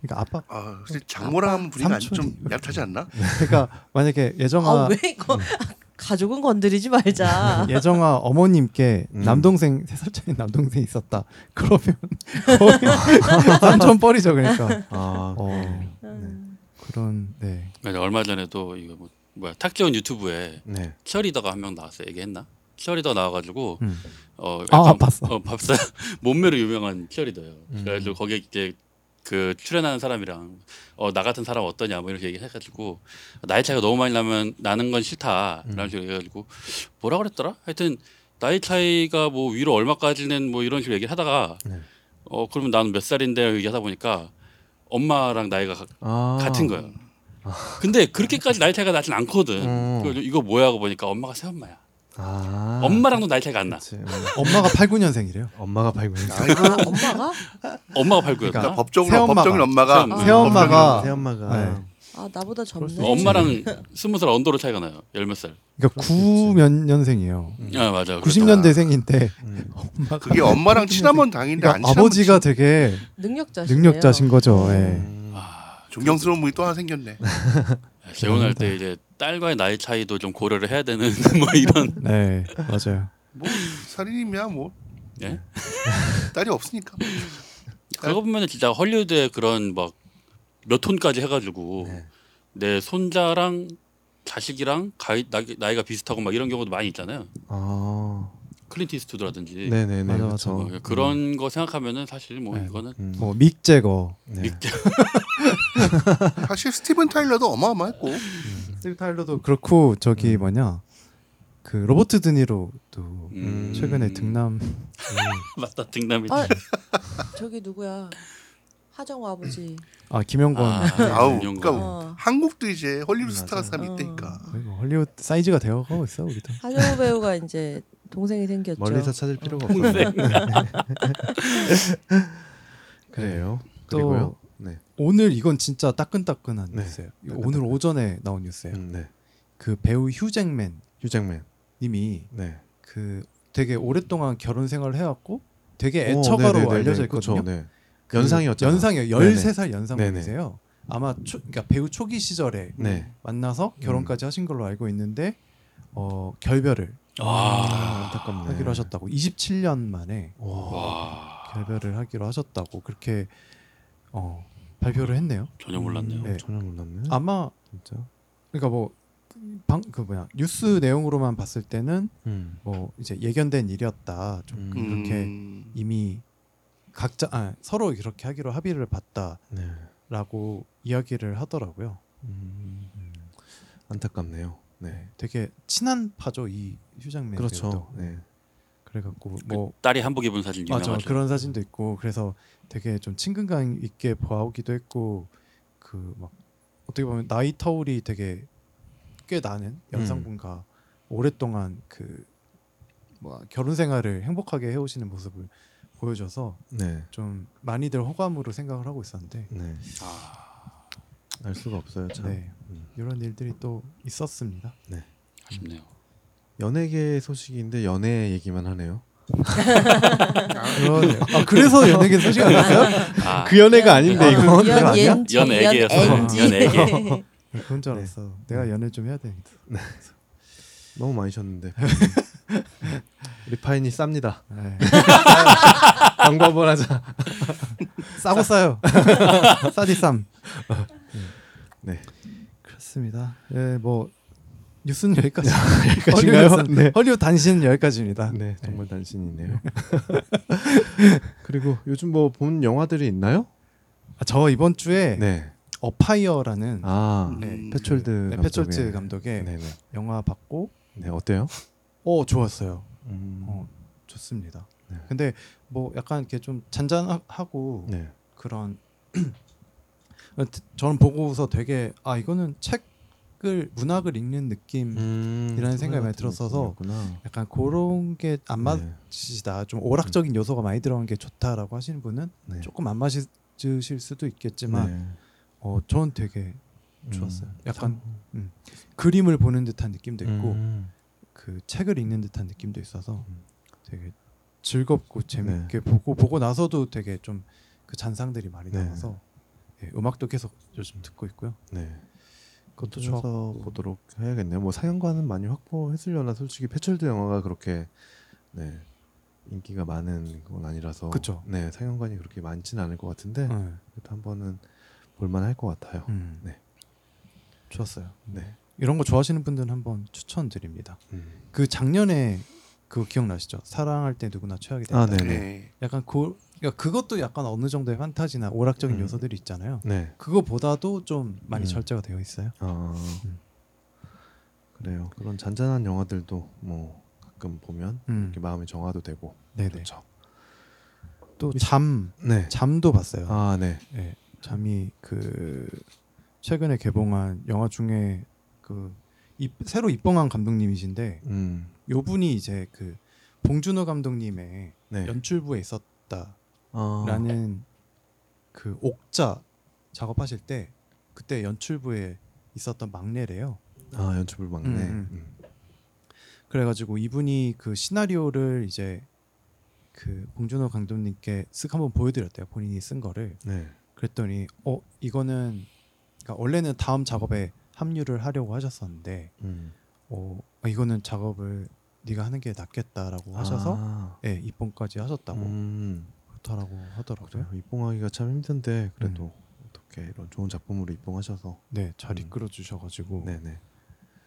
그러니까 아빠.
아, 근데 장모랑 하면 분위기가 안- 좀
삼촌이-
얕하지 않나?
그러니까 만약에 예정아
아왜
음.
이거 [laughs] 가족은 건드리지 말자.
네.
예정아 어머님께
음.
남동생 세 살 차이 남동생 이 있었다. 그러면
[laughs]
거의 삼촌 뻘이죠, 그러니까.
아,
어,
음.
그런 네.
맞아, 얼마 전에도 이거 뭐 뭐야 탁재훈 유튜브에
네.
치어리더가 한 명 나왔어. 얘기했나? 치어리더 나와가지고
음.
어
아,
약간-
봤어. 음.
어, 밥사 [laughs] 몸매로 유명한 치어리더예요. 그래서 거기에 이제 그 출연하는 사람이랑 어, 나 같은 사람 어떠냐 뭐 이렇게 얘기해가지고 나이 차이가 너무 많이 나면 나는 건
음.
싫다라는 식으로 얘기해가지고 뭐라 그랬더라? 하여튼 나이 차이가 뭐 위로 얼마까지는 뭐 이런 식으로 얘기하다가
네.
어 그러면 나는 몇 살인데 얘기하다 보니까 엄마랑 나이가 가-
아.
같은 거예요. 근데 그렇게까지 나이 차이가 나진 않거든.
어.
그래서 이거 뭐야 하고 보니까 엄마가 새엄마야.
아.
엄마랑도 나이 차이가 안 나.
그치. 어,
엄마가 89년생이래요.
엄마가 팔고 있는
아이고,
아 엄마가?
엄마가 팔구였나?
그러니까 법적으로
새엄마가-
법적인 엄마가
새엄마.
음,
새엄마가
음. 새 엄마가
네.
아 나보다 젊네.
벌써
어, 엄마랑 스무 살 언더로 차이가 나요. 열 몇 살.
그러니까
그럴 수 있지.
9몇 년생이에요.
아 맞아.
90년대생인데
음.
엄마가
그게 엄마랑 친하면 당인데 안
그러니까
친하면
아버지가 되게
능력자시네요.
능력자신 거죠. 예.
음.
아,
존경스러운 분이 또 하나 생겼네.
예, 재혼할 때 이제 딸과의 나이 차이도 좀 고려를 해야 되는 [laughs] 뭐 이런.
네, 맞아요.
뭐 살인이야 뭐
예?
딸이 없으니까.
그거 보면 은 진짜 헐리우드의 그런 막 몇 톤까지 해가지고
네.
내 손자랑 자식이랑 가이, 나이, 나이가 비슷하고 막 이런 경우도 많이 있잖아요.
아.
클린트 이스트라든지
네, 네, 네.
맞아,
그쵸.
맞아.
뭐 그런 거 생각하면은 사실 뭐
네.
이거는
음.
뭐 믹제거,
네.
믹-
사실 스티븐 타일러도 어마어마했고
스티브 타일러도 그렇고 저기
음.
뭐냐 그 로버트 드니로도
음.
최근에 등남
[laughs] 맞다 등남이
아 저기 누구야? 하정우 아버지.
아 김영권
아우,
이런
그러니까
음.
거.
어.
한국도 이제 헐리우드
맞아.
스타 사람이
어.
있다니까.
거의 뭐 헐리우드 사이즈가 되어가고 있어 우리도
하정우 배우가 이제 동생이 생겼죠.
멀리서 찾을 필요가 없어요. [laughs] 그래요.
또-
그리고요. 네.
오늘 이건 진짜 따끈따끈한
네.
뉴스예요 이거
따끈따끈.
오늘 오전에 나온 뉴스예요
음, 네.
그 배우 휴잭맨
휴잭맨.
님이
네.
그 되게 오랫동안 결혼 생활을 해왔고 되게
오,
애처가로
네네네네.
알려져
그쵸,
있거든요
네.
그
연상이었죠.
연상이요 13살 연상분이세요 아마 초, 그러니까 배우 초기 시절에
네.
만나서 결혼까지 하신 걸로 알고 있는데 어, 결별을
아, 안타깝네.
하기로 하셨다고 27년 만에
와
결별을 하기로 하셨다고 그렇게 어, 발표를 했네요.
전혀 몰랐네요.
음,
네.
전혀 몰랐네.
아마
진짜.
그러니까 뭐방그 뭐야 뉴스 내용으로만 봤을 때는
음.
뭐 이제 예견된 일이었다. 좀
음.
그렇게
음.
이미 각자 아, 서로 그렇게 하기로 합의를 봤다라고
네.
이야기를 하더라고요.
음. 안타깝네요. 네.
되게 친한 파죠 이 휴장맨
그렇죠.
배우도.
네.
그래가지고
그
뭐
딸이 한복 입은 사진
맞아
유명하죠.
그런 사진도 있고 그래서 되게 좀 친근감 있게 보아오기도 했고 그 막 어떻게 보면 나이 터울이 되게 꽤 나는 연상군과 오랫동안 그 뭐, 결혼 생활을 행복하게 해오시는 모습을 보여줘서
네.
좀 많이들 호감으로 생각을 하고 있었는데
네.
아,
알 수가 없어요. 참.
네
음.
이런 일들이 또 있었습니다.
아쉽네요.
연예계 소식인데 연애 얘기만 [laughs] 하네요.
그러네요. 아, 그래서 연예계 소식 아니었어요?
아,
그 연애가 아닌데 이건 그거
연,
아니야?
연,
연예계였어. 연예계.
네, 그런 줄 알았어. 내가 연애 좀 해야 되겠다.
너무 많이 [laughs] 셨는데. 우리 파인이 쌉니다.
네.
광고 한번 [laughs] 하자.
싸고 싸요. [laughs] 싸디쌈.
네.
그렇습니다. 예, 뭐 뉴스는 여기까지.
[laughs] 여기까지인가요?
헐리우드,
네.
헐리우드 단신은 여기까지입니다.
네, 정말 단신이네요. [laughs] 그리고 요즘 뭐 본 영화들이 있나요?
아, 저 이번 주에
네.
어파이어라는
아,
음.
패철드
네,
감독의-
패철즈 감독의
네네.
영화 봤고,
네, 어때요?
어 좋았어요.
음,
어 좋습니다.
네.
근데 뭐 약간 이렇게 좀 잔잔하고
네.
그런 [clears throat] 저는 보고서 되게 아 이거는 책을 문학을 읽는 느낌
음,
이런 생각이
소설
많이
같은
들었어서
느낌이었구나.
약간 그런 게 안
네.
맞으시다. 좀 오락적인 요소가 많이 들어간 게 좋다라고 하시는 분은
네.
조금 안 맞으실 수도 있겠지만
네.
어, 전 되게
음,
좋았어요.
참-
약간 그림을 보는 듯한 느낌도 있고
음,
그 책을 읽는 듯한 느낌도 있어서
음. 네.
되게 즐겁고 재밌게 보고 보고 나서도 되게 좀 그 잔상들이 많이
네.
나와서 예, 음악도 계속 요즘 듣고 있고요.
네.
그것도
찾아서
좋았고
보도록 해야겠네요. 뭐 상영관은 많이 확보했으려나 솔직히 패철드 영화가 그렇게 네. 인기가 많은 건 아니라서
그쵸.
네, 상영관이 그렇게 많지는 않을 것 같은데
네.
그래도 한 번은 볼만할 것 같아요.
음.
네.
좋았어요.
네.
이런 거 좋아하시는 분들은 한번 추천드립니다.
음.
그 작년에 그거 기억나시죠? 사랑할 때 누구나 최악이 된다.
아, 네, 네.
네.
약간 그 그러니까 그것도 약간 어느 정도의 판타지나 오락적인
음.
요소들이 있잖아요.
네.
그거보다도 좀 많이
음.
절제가 되어 있어요.
어,
음.
그래요. 그런 잔잔한 영화들도 뭐 가끔 보면
음.
이렇게 마음의 정화도 되고
네네.
그렇죠.
또 잠
네.
잠도 봤어요.
아, 네.
네. 잠이 그 최근에 개봉한 영화 중에 그 입- 새로 입봉한 감독님이신데
음.
요 분이 이제 그 봉준호 감독님의
네.
연출부에 있었다.
어,
라는 그 옥자 작업하실 때 그때 연출부에 있었던 막내래요.
아, 연출불 막내.
음,
음.
그래가지고 이분이 그 시나리오를 이제 그 봉준호 감독님께 쓱 한번 보여드렸대요. 본인이 쓴 거를.
네.
그랬더니 어 이거는 그러니까 원래는 다음 작업에 합류를 하려고 하셨었는데
음.
어 이거는 작업을 네가 하는 게 낫겠다라고 하셔서
아,
예 입봉까지 하셨다고
음.
그렇다라고 하더라고요. 음.
그래요. 입봉하기가 참 힘든데 그래도 어떻게 이런 좋은 작품으로 입봉하셔서
네 잘
음.
이끌어 주셔가지고
네네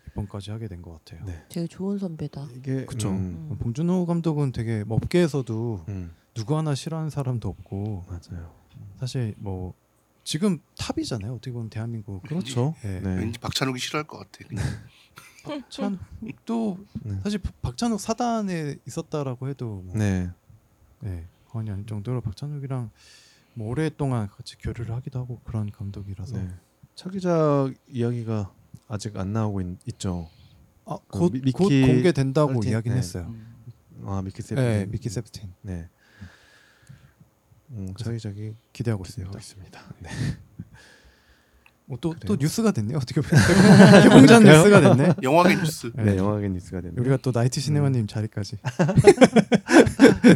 입봉까지 하게 된 것 같아요.
네.
[laughs] 되게 좋은 선배다.
이게
그쵸.
음,
음.
봉준호 감독은 되게 뭐 업계에서도
음,
누구 하나 싫어하는 사람도 없고
맞아요.
사실 뭐 지금 탑이잖아요. 어떻게 보면 대한민국
그렇죠. 네.
예.
네.
왠지 박찬욱이 싫어할 것 같아. 그냥.
박찬욱도
네.
사실 박- 박찬욱 사단에 있었다라고 해도 뭐,
네.
예, 과언이 아닐 정도로 박찬욱이랑 뭐 오랫동안 같이 교류를 하기도 하고 그런 감독이라서
네. 차기작 이야기가 아직 안 나오고 있, 죠
아,
그
곧,
미- 미키
곧 공개된다고
셀틴?
이야기는
네.
했어요.
아 미키 세븐.
네, 미키 세프틴
네. 음, 차기작이 기대하고
기대하고 있습니다.
있습니다. 네.
어, 또, 또
그래요.
뉴스가 됐네요. 어떻게
[laughs]
보면 개봉전 뉴스가 됐네.
영화계 뉴스.
네,
네.
영화계 뉴스가 됐네요.
우리가 또 나이트 시네마님
음.
자리까지 [laughs]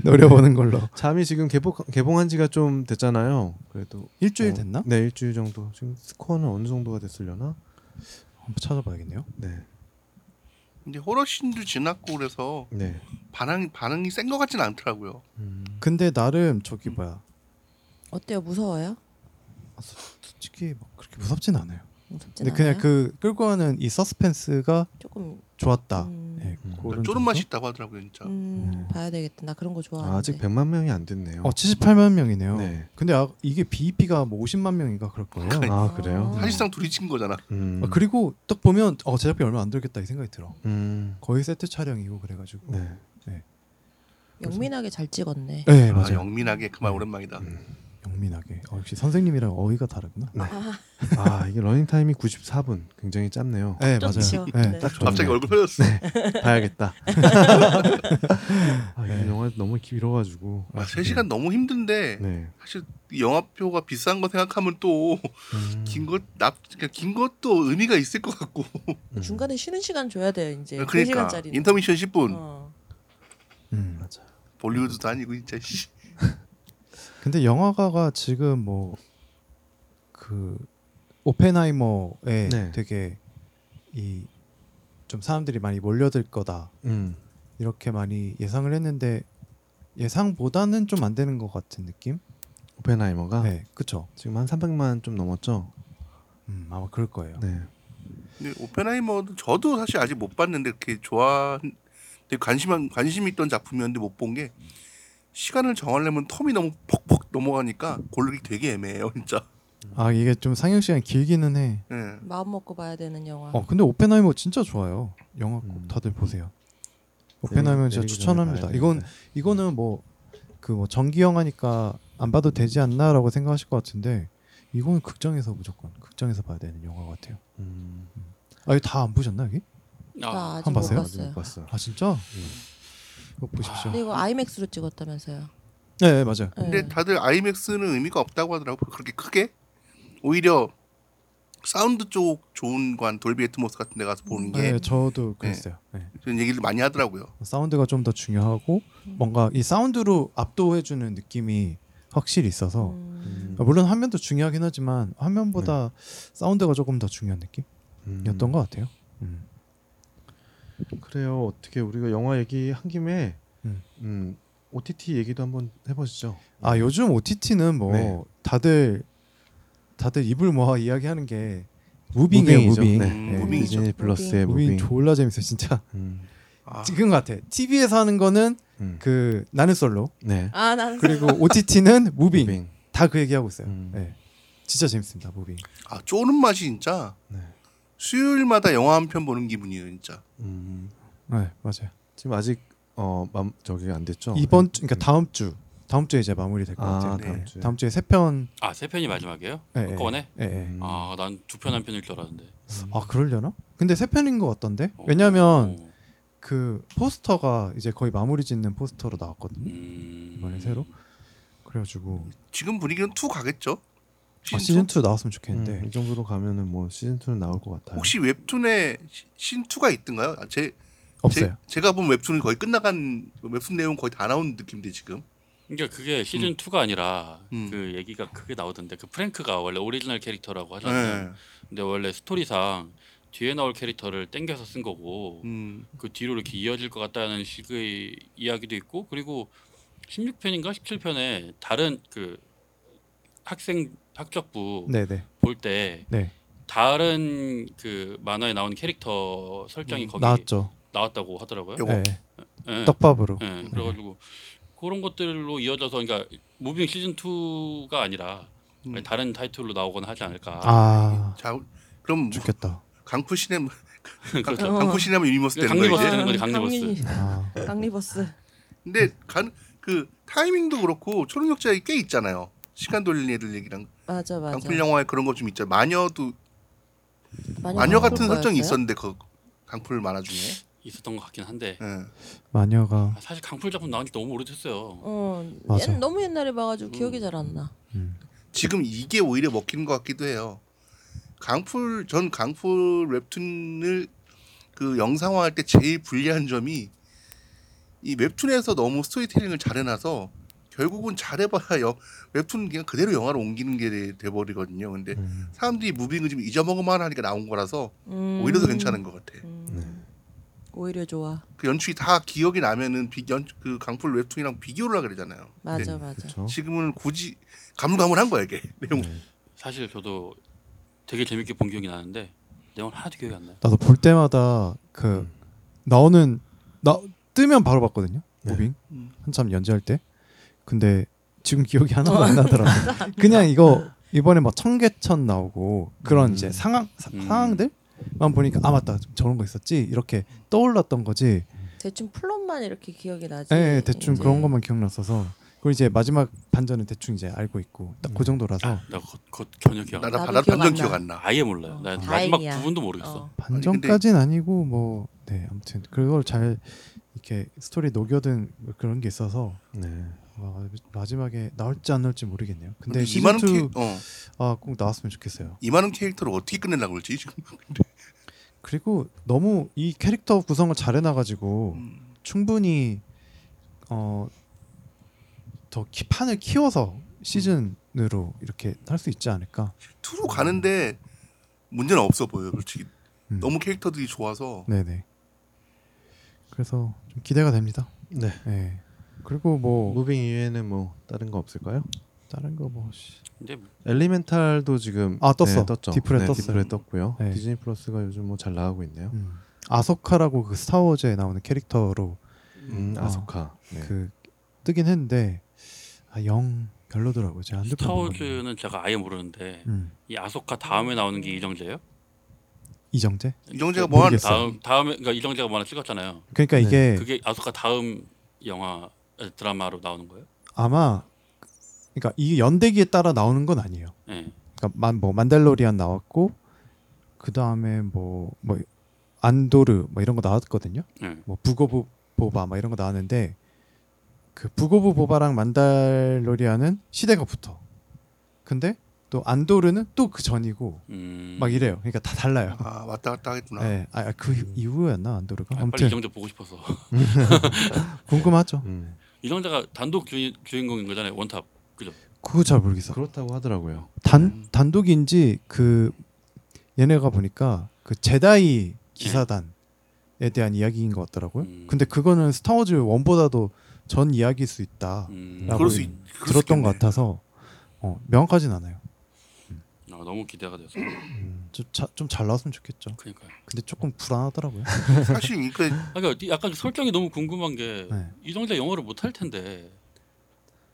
노려보는
[laughs]
걸로
잠이 지금 개봉 개봉한 지가 좀 됐잖아요. 그래도
일주일
어,
됐나?
네, 일주일 정도. 지금 스코어는 어느 정도가 됐으려나?
한번 찾아봐야겠네요.
네.
이제 호러신도 지났고 그래서
네. 음.
반응 반응이 센 것 같진 않더라고요.
근데 나름 저기 뭐야
어때요? 무서워요?
솔직히 막 그렇게 무섭진 않아요.
무섭진
근데 그냥
않아요?
그 끌고 가는 이 서스펜스가
조금
아,
좋았다.
음,
네.
예, 그런
그러니까
정도?
쫄은 맛이 있다고 하더라고요, 진짜.
음,
음.
봐야 되겠다. 나 그런 거 좋아하는데.
아, 아직 100만 명이 안 됐네요.
어 78만 명이네요.
네.
근데 아, 이게 BEP가 뭐 50만 명인가 그럴 거예요.
아 그래요?
음.
사실상 둘이 친 거잖아.
음.
네. 아, 그리고 딱 보면 어 제작비 얼마 안 들겠다 이 생각이 들어.
음.
거의 세트 촬영이고 그래가지고.
네.
영민하게 잘 찍었네.
네 음,
아,
맞아요.
영민하게 그만 오랜만이다.
영민하게. 어, 역시 선생님이랑 어휘가 다르구나.
아 이게 러닝 타임이 94분. 굉장히 짧네요.
네
좀
맞아요.
지워.
네,
네.
딱 좋네요.
갑자기 얼굴 펴졌어.
봐야겠다. 아,
네.
이 영화 너무 길어가지고.
아, 3시간 너무 힘든데
네.
사실 이 영화표가 비싼 거 생각하면 또 긴
음.
것납긴 것도 의미가 있을 것 같고.
음.
중간에 쉬는 시간 줘야 돼요. 이제 그
그러니까
시간짜리.
인터미션 10분
어.
음.
맞아.
볼리우드도 아니고 진짜 씨.
근데 영화가가 지금 뭐 그 오펜하이머에
네.
되게 이 좀 사람들이 많이 몰려들 거다
음.
이렇게 많이 예상을 했는데 예상보다는 좀 안 되는 것 같은 느낌?
오펜하이머가
네, 그쵸.
지금 한 300만 좀 넘었죠.
음, 아마 그럴 거예요.
네.
근데 오펜하이머도 저도 사실 아직 못 봤는데 그렇게 좋아 되게 관심한 관심 있던 작품이었는데 못 본 게 시간을 정하려면 텀이 너무 퍽퍽 넘어가니까 고르기 되게 애매해요 진짜.
아 이게 좀 상영 시간 이 길기는 해.
예.
마음 먹고 봐야 되는 영화.
어 근데 오펜하이머 진짜 좋아요. 영화 꼭
아. 음. 네,
다들 보세요. 오펜하이머 진짜
내리기 전에
추천합니다.
봐야
이건
되는데.
이거는 뭐 그 뭐 전기 영화니까 안 봐도 되지 않나라고 생각하실 것 같은데 이거는 극장에서 무조건 극장에서 봐야 되는 영화 같아요.
음.
아이 다안 보셨나 여기?
아,
나 아직
한
못
봤어요?
아직
봤어요.
못 봤어요.
아 진짜? 예. 이거 보십시오.
근데 이거 아이맥스로 찍었다면서요.
네, 네 맞아요.
네.
근데 다들 아이맥스는 의미가 없다고 하더라고 그렇게 크게 오히려 사운드 쪽 좋은 관 돌비 애트모스 같은 데 가서 보는 게
예.
네 저도 그랬어요. 네.
그런 얘기를 많이 하더라고요.
사운드가 좀 더 중요하고 뭔가 이 사운드로 압도해주는 느낌이 확실히 있어서
음.
아, 물론 화면도 중요하긴 하지만 화면보다 사운드가 조금 더 중요한 느낌이었던
음.
것 같아요.
그래요. 어떻게 우리가 영화 얘기 한 김에
음.
음. OTT 얘기도 한번 해보시죠.
아 요즘 OTT는 뭐
네.
다들 다들 입을 모아 이야기하는 게 무빙이에요.
무빙이죠.
무빙.
네.
음, 무빙이죠.
디즈니 플러스의
무빙
무빙.
졸라 재밌어 요 진짜.
음.
아,
지금 같아. TV에서 하는 거는
음.
그 나는 솔로
네.
아 나는
그리고
[laughs]
OTT는 무빙,
무빙.
다 그 얘기하고 있어요.
음.
네. 진짜 재밌습니다 무빙.
아 쪼는 맛이 진짜
네.
수요일마다 영화 한 편 보는 기분이에요 진짜.
음.
네 맞아요.
지금 아직 어 맘, 저기 안 됐죠? 네.
이번 주 그러니까 다음 주 다음 주에 이제 마무리될 것
어, 아,
같아요.
다음
네.
주에.
다음 주에 세편
아 세 편이 마지막이에요?
예, 예.
한꺼번에?
예, 예.
음.
아 난 두 편 한 편일 줄 알았는데.
아 그러려나? 근데 세 편인 것 같던데. 왜냐면
어,
그 포스터가 이제 거의 마무리 짓는 포스터로 나왔거든요.
음.
이번에 새로. 그래가지고
지금 분위기는 투 가겠죠?
아,
시즌
시즌 2 나왔으면
음,
좋겠는데.
이 정도로 가면은 뭐 시즌 2는 나올 것
네.
투?
같아요.
혹시 웹툰에 신 2가 있던가요? 아, 제,
없어요.
제, 가본 웹툰은 거의 끝나간 웹툰 내용 거의 다 나온 느낌인데 지금.
그러니까 그게 시즌 2가 아니라
음.
그 얘기가 크게 나오던데 그 프랭크가 원래 오리지널 캐릭터라고 하잖아요.
네. 예.
근데 원래 스토리상 뒤에 나올 캐릭터를 땡겨서 쓴 거고
음,
그 뒤로 이렇게 이어질 것 같다는 식의 이야기도 있고 그리고 16편인가 17편에 다른 그 학생 학적부
네네.
볼 때
네.
다른 그 만화에 나온 캐릭터 설정이 거기
음. 나왔죠.
왔다고 하더라고요.
요거.
예.
예.
떡밥으로.
예, 그래가지고 그런 것들로 이어져서 그러니까 무빙 시즌 2가 아니라
음.
다른 타이틀로 나오거나 하지 않을까.
아
자 그럼 뭐
죽겠다.
강푸 시네마
[laughs] 그렇죠.
강푸 시네마 유니버스 되는 거예요
[laughs] 강리버스
이제.
되는 거지 강리버스.
강리-
아,
강리버스.
근데 간, 그 타이밍도 그렇고 초능력자이 꽤 있잖아요. 시간 돌리는 애들 얘기랑
맞아 맞아.
강풀 영화에 그런 거 좀 있죠. 마녀도
마녀
마녀
같은
같은 설정이
거였어요?
있었는데 그 강풀 만화 중에.
있었던 것 같긴 한데
예.
마녀가
아, 사실 강풀 작품 나온 지 너무 오래됐어요.
어,
맞아.
옛, 너무 옛날에 봐가지고 기억이 잘 안 나.
지금 이게 오히려 먹히는 것 같기도 해요. 강풀 전 강풀 웹툰을 그 영상화할 때 제일 불리한 점이 이 웹툰에서 너무 스토리텔링을 잘 해놔서 결국은 잘해봐야 여, 웹툰 그냥 그대로 영화로 옮기는 게 돼- 돼버리거든요. 근데
음.
사람들이 무빙을 좀 잊어먹을만 하니까 나온 거라서
음.
오히려 더 괜찮은 것 같아.
음. 오히려 좋아.
그 연출이 다 기억이 나면은 비, 연, 그 강풀 웹툰이랑 비교를 하게 되잖아요.
맞아 맞아.
그렇죠.
지금은 굳이 가물가물한 거야 이게 내용.
네.
사실 저도 되게 재밌게 본 기억이 나는데 내용 하나도 기억이 안 나요.
나도 볼 때마다 그
음.
나오는 나 뜨면 바로 봤거든요.
네.
무빙
음.
한참 연재할 때. 근데 지금 기억이 하나도 안 나더라고. 요 그냥 이거 이번에 막 청계천 나오고 그런
음.
이제 상황 사-
음.
상황들만 보니까 아 맞다 저런 거 있었지 이렇게 떠올랐던 거지.
대충 플롯만 이렇게 기억이 나지.
예, 예, 대충
이제.
그런 것만 기억났어서 그리고 이제 마지막 반전은 대충 이제 알고 있고 딱 그 정도라서
나 그것 그것 전혀 기억 안 나.
나나
나도
반전
기억 안 나.
반전 기억 안 나.
아예 몰라요.
어,
나
다행이야.
마지막 부분도 모르겠어.
어.
반전까진 아니고 뭐 네 아무튼 그걸 잘 이렇게 스토리 녹여둔 그런 게 있어서
네.
와, 마지막에 나올지 안 나올지 모르겠네요. 근데 시즌
이만원 캐
2
어,
아꼭 나왔으면 좋겠어요.
이만원 캐릭터를 어떻게 끝내려고 그러지 지금?
그리고 너무 이 캐릭터 구성을 잘해놔가지고
음,
충분히 어더 판을 키워서 시즌으로 이렇게 할 수 있지 않을까.
투로 가는데 문제는 없어 보여요. 솔직히
음.
너무 캐릭터들이 좋아서
네네. 그래서 좀 기대가 됩니다.
네.
네. 그리고 뭐
무빙 이외에는 뭐 다른 거 없을까요?
다른 거뭐 씨.
근데
엘리멘탈도 지금
아, 떴어.
네, 떴죠.
디플에
네,
떴어요.
디플에 떴고요.
네.
디즈니 플러스가 요즘 뭐 잘 나가고 있네요.
음. 아소카라고 그 스타워즈에 나오는 캐릭터로
음,
아.
아소카. 네.
그 뜨긴 했는데 아, 영 별로더라고요. 제가 안들
스타워즈는 제가 아예 모르는데
음.
이 아소카 다음에 나오는 게 이정재예요?
이정재?
이정재가
뭐
뭐한
모르겠어.
다음 다음에 그러니까 이정재가 뭐 하나 찍었잖아요.
그러니까
네,
이게
그게 아소카 다음 영화 에, 드라마로 나오는 거예요?
아마 그러니까 이 연대기에 따라 나오는 건 아니에요.
예.
그러니까 만, 뭐 만달로리안 나왔고 그 다음에 뭐, 뭐 안도르 뭐 이런 거 나왔거든요.
네.
뭐 부고부 보바 막 이런 거 나왔는데 그 부고부 보바랑 만달로리안은 시대가 붙어. 근데 또 안도르는 또 그 전이고
음.
막 이래요. 그러니까 다 달라요.
아 왔다 갔다 하겠구나.
네, 아, 그 이후였나 안도르가
아, 빨리
아무튼
이정재 보고 싶어서. [laughs]
궁금하죠.
음,
이정재가 단독 주인, 주인공인 거잖아요. 원탑.
그거 잘 모르겠어.
그렇다고 하더라고요.
단 단독인지 그 얘네가 보니까 그 제다이 기사단에 대한 이야기인 것 같더라고요.
음.
근데 그거는 스타워즈 원보다도 전 이야기일 수 있다
음.
라고
뭐 그럴 수
음.
있, 그럴 수
들었던
있겠네.
것 같아서 어, 명확하진 않아요.
아, 너무 기대가 돼서.
좀 잘 나왔으면 좋겠죠.
그러니까요.
근데 조금 불안하더라고요.
사실 그
아, 그러니까 약간 설정이 너무 궁금한
[laughs]
게
네.
이정재 영어를 못 할 텐데.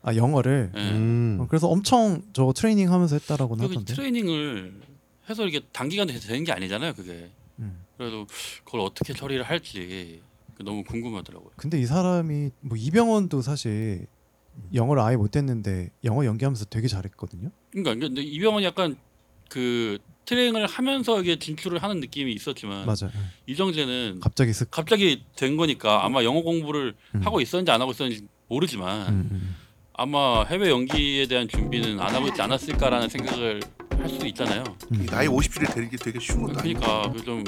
아 영어를
예.
음.
어, 그래서 엄청 저 트레이닝하면서 했다라고는
그
하던데.
트레이닝을 해서 이게 단기간에 되는 게 아니잖아요, 그게.
음.
그래도 그걸 어떻게 처리를 할지 너무 궁금하더라고요.
근데 이 사람이 뭐 이병헌도 사실 영어를 아예 못했는데 영어 연기하면서 되게 잘했거든요.
그러니까 이게 근데 이병헌이 약간 그 트레이닝을 하면서 이게 진출을 하는 느낌이 있었지만
맞아. 요
이정재는
갑자기 슥.
갑자기 된 거니까 아마 영어 공부를
음.
하고 있었는지 안 하고 있었는지 모르지만
음, 음.
아마 해외 연기에 대한 준비는 안 하고 있지 않았을까라는 생각을 할 수도 있잖아요.
이
음.
나이 50일에 되는 게 되게
음,
쉬운 것도 아니고
그러니까 그좀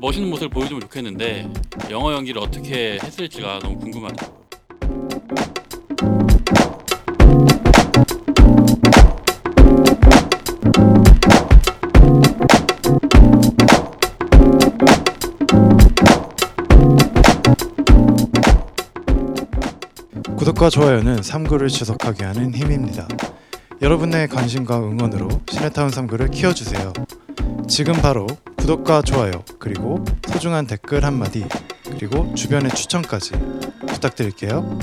멋있는 모습을 보여주면 좋겠는데 영어 연기를 어떻게 했을지가 너무 궁금하다.
구독과 좋아요는 삼구를 지속하게 하는 힘입니다. 여러분의 관심과 응원으로 시네타운 삼구를 키워주세요. 지금 바로 구독과 좋아요 그리고 소중한 댓글 한마디 그리고 주변의 추천까지 부탁드릴게요.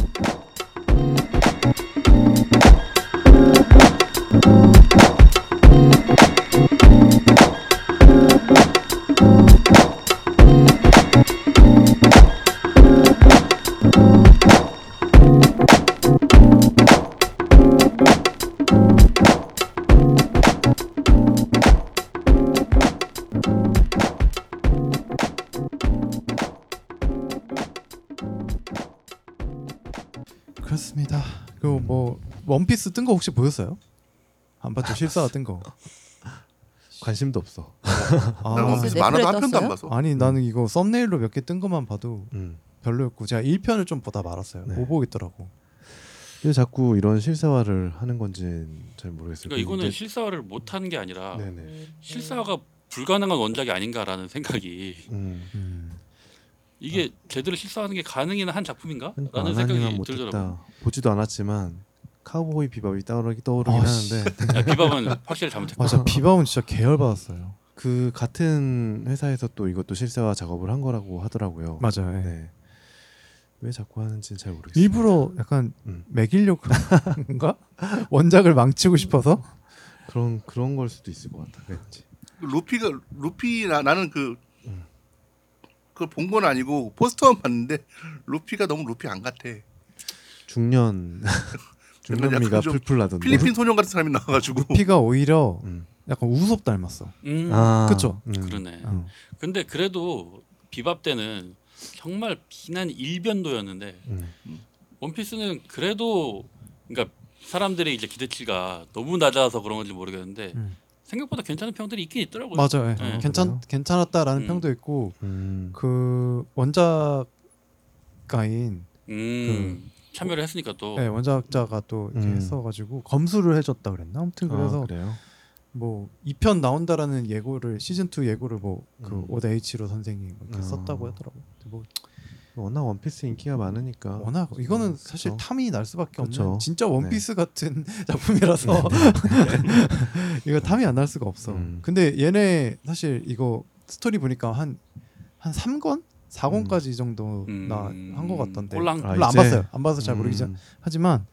그렇습니다. 그리고 뭐 원피스 뜬 거 혹시 보셨어요? 안 봤죠? 실사 뜬 거.
관심도 없어.
나
아,
네, 원피스
넷플에
만화도 한 편도 안
떴어요?
봐서
아니 나는 이거 썸네일로 몇 개 뜬 것만 봐도
음.
별로였고 제가 1편을 좀 보다 말았어요.
네.
못 보겠더라고.
왜 자꾸 이런 실사화를 하는 건지 잘 모르겠어요.
그러니까 이거는
근데-
실사화를 못하는 게 아니라
음, 네. 네네.
실사화가 불가능한 원작이 아닌가라는 생각이
음.
음.
이게 제대로 실사하는 게 가능한 한 작품인가라는
아. 그러니까 안 하기만
생각이 들더라고요.
못했다. 보지도 않았지만 카우보이 비밥이 떠오르, 떠오르긴
아, 씨. [laughs]
하는데
야, 비밥은 확실히 잘못했고
맞아 비바운 진짜 계열 받았어요.
그 같은 회사에서 또 이것도 실사화 작업을 한 거라고 하더라고요.
맞아요. 예.
네. 왜 자꾸 하는지는 잘 모르겠어요.
일부러 약간
음.
매기려고 그런가? [laughs] 원작을 망치고 싶어서?
그런 그런 걸 수도 있을 것 같아. 왠지.
루피가 루피 나, 나는 그
음.
그걸 본 건 아니고 포스터만 봤는데 루피가 너무 루피 안 같아.
[laughs]
중년 중년미가
약간 좀
풀풀 나던데.
뭐. 필리핀 소년 같은 사람이 나와가지고
[laughs]
루피가 오히려
음.
약간 우섭 닮았어.
[laughs]
음,
아,
그쵸?
음.
그러네.
음.
근데 그래도 비밥 때는 정말 비난 일변도였는데
음.
원피스는 그래도 그러니까 사람들의 이제 기대치가 너무 낮아서 그런 건지 모르겠는데
음.
생각보다 괜찮은 평들이 있긴 있더라고요.
맞아요. 예.
네.
그래요?
괜찮 괜찮았다라는
음.
평도 있고
음.
그 원작가인
음,
그
참여를 했으니까 또
예, 원작자가 또 이렇게
음.
했어가지고 검수를 해줬다 그랬나? 아무튼 그래서
아, 그래요.
뭐 2편 나온다라는 예고를 시즌 2 예고를 뭐그
음.
오다 H로 선생이 뭐 이렇게
어.
썼다고 하더라고. 근데 뭐
워낙 원피스 인기가 많으니까. 음,
워낙 이거는 사실
아, 그쵸.
탐이 날 수밖에
그렇죠. 그쵸.
없는 진짜 원피스 같은 [laughs] 작품이라서 이거 탐이 안 날 수가 없어.
네. 음.
근데 얘네 사실 이거 스토리 보니까 한 한 3권, 4권까지 정도
음,
나 한 것 같던데.
꼴랑
아,
별로 안
이제?
봤어요. 안 봐서 잘 모르겠지만
음.
하지만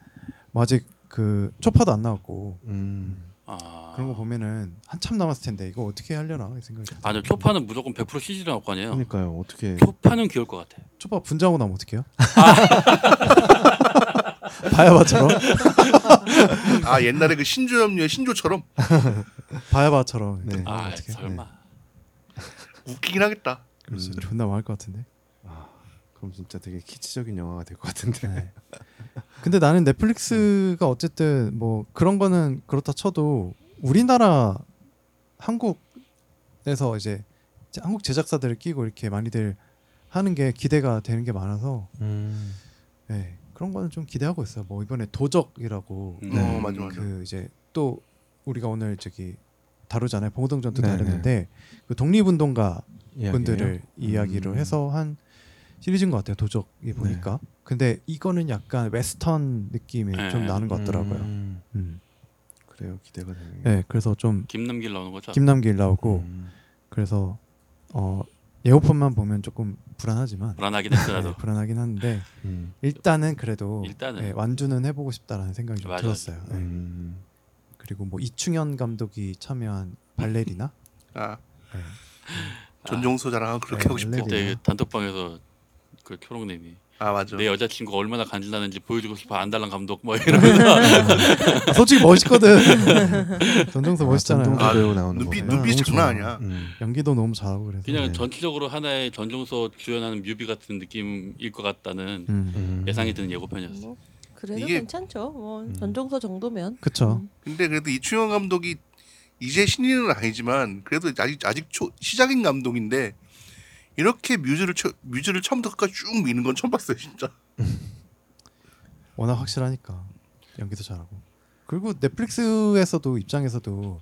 뭐 아직 그 초파도 안 나왔고
음.
아,
그런 거 보면은 한참 남았을 텐데 이거 어떻게 하려나 이 생각이. 들어요.
아니요 초파는 무조건 100% CG로 나올 거 아니에요.
그러니까요. 어떻게
초파는 귀여울 것 같아.
초파 분장하고 나면 어떡해요?
아.
[laughs] 바야바처럼
아 옛날에 그 신조염녀 신조처럼
바야바처럼
네.
아
어떡해?
설마.
웃기긴 하겠다.
그래서
음.
그렇죠. 존나 망할 것 같은데.
그럼 진짜 되게 키치적인 영화가 될 것 같은데.
네. 근데 나는 넷플릭스가 어쨌든 뭐 그런 거는 그렇다 쳐도 우리나라 한국에서 이제 제- 한국 제작사들을 끼고 이렇게 많이들 하는 게 기대가 되는 게 많아서
[laughs] 음.
예, 그런 거는 좀 기대하고 있어요. 뭐 이번에 도적이라고
음.
어 맞아 맞아.
그 이제 또 우리가 오늘 저기 다루잖아요. 봉동전도
네,
다루는데 그 독립운동가
이야기예요?
분들을 이야기로
음. 네.
해서 한 시리즈인 것 같아요. 도적이 보니까. 근데 이거는 약간 웨스턴 느낌이
네.
좀 나는 것 같더라고요.
음.
음.
그래요. 기대가 되네요.
네, 그래서
음.
좀
김남길 나오는 거죠.
김남길 나오고
음.
그래서 어, 예고편만 보면 조금 불안하지만
불안하긴 했더라도
네, 불안하긴 한데
음.
일단은 그래도
일단은.
예, 완주는 해보고 싶다라는 생각이 좀
맞아요.
들었어요. 예.
음.
그리고 뭐 이충현 감독이 참여한 발레리나
아
네.
전종소 자랑 그렇게
네,
하고 싶고.
원래-
그때 단톡방에서 그 초롱님이
아 맞아.
내 여자친구 가 얼마나 간질나는지 보여주고 싶어 안달랑 감독 뭐 이러면서
아, 솔직히 멋있거든. 전정서 멋있잖아요.
전동주
아,
배우 나오는
눈빛
거구나.
눈빛이
너무
장난
좋아.
아니야.
음.
연기도 너무 잘하고 그래서.
그냥
네.
전체적으로 하나의 전종서 주연하는 뮤비 같은 느낌일 것 같다는
음.
음.
예상이 드는 예고편이었어.
뭐 그래도
음. 이게-
괜찮죠. 뭐
음.
전종서 정도면.
그쵸.
음.
근데 그래도 이충현 감독이 이제 신인은 아니지만 그래도 아직 아직 초, 시작인 감독인데 이렇게 뮤즈를 처, 뮤즈를 처음부터 끝까지 쭉 미는 건 처음 봤어요 진짜.
워낙 확실하니까 연기도 잘하고. 그리고 넷플릭스에서도 입장에서도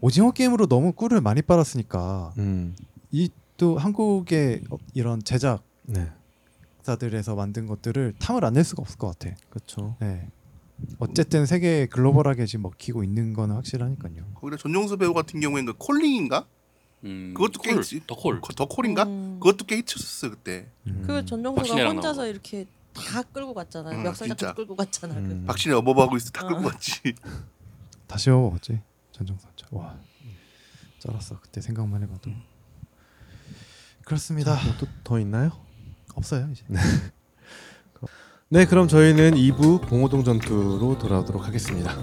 오징어 게임으로 너무 꿀을 많이 빨았으니까
음.
이 또 한국의 어, 이런 제작사들에서
네.
만든 것들을 탐을 안 낼 수가 없을 것 같아.
그렇죠.
네. 어쨌든 세계 글로벌하게 지금 먹히고 있는 건 확실하니까요.
거기다 전종서 배우 같은 경우에는 그 콜링인가?
음,
그것도 꽤
콜,
있지.
더 콜.
거- 더 콜인가?
음.
그것도 꽤 히트쳤어 그때.
음.
그 전종서가
박신혜랑
혼자서
나오고.
이렇게 다 끌고 갔잖아요.
음,
멱살잡고
진짜.
끌고 갔잖아요.
음.
박신혜 어버버하고 있어 다 끌고 갔지.
다시 먹었지 전정선차 와 쩔었어 그때 생각만 해봐도 그렇습니다
뭐 또더 있나요?
없어요 이제
네, 그럼 저희는 2부 봉호동 전투로 돌아오도록 하겠습니다.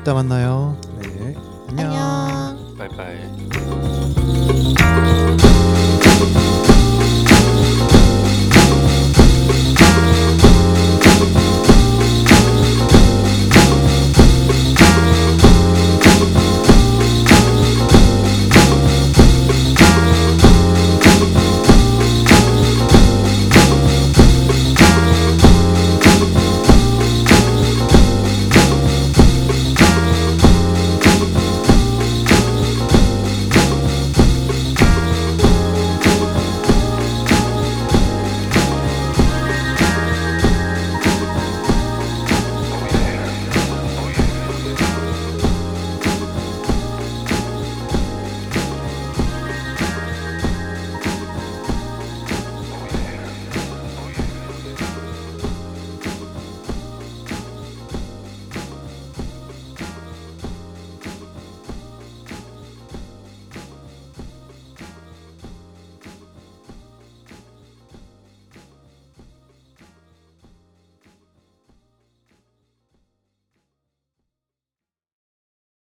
이따 만나요
네.
그.
안녕.
바이바이.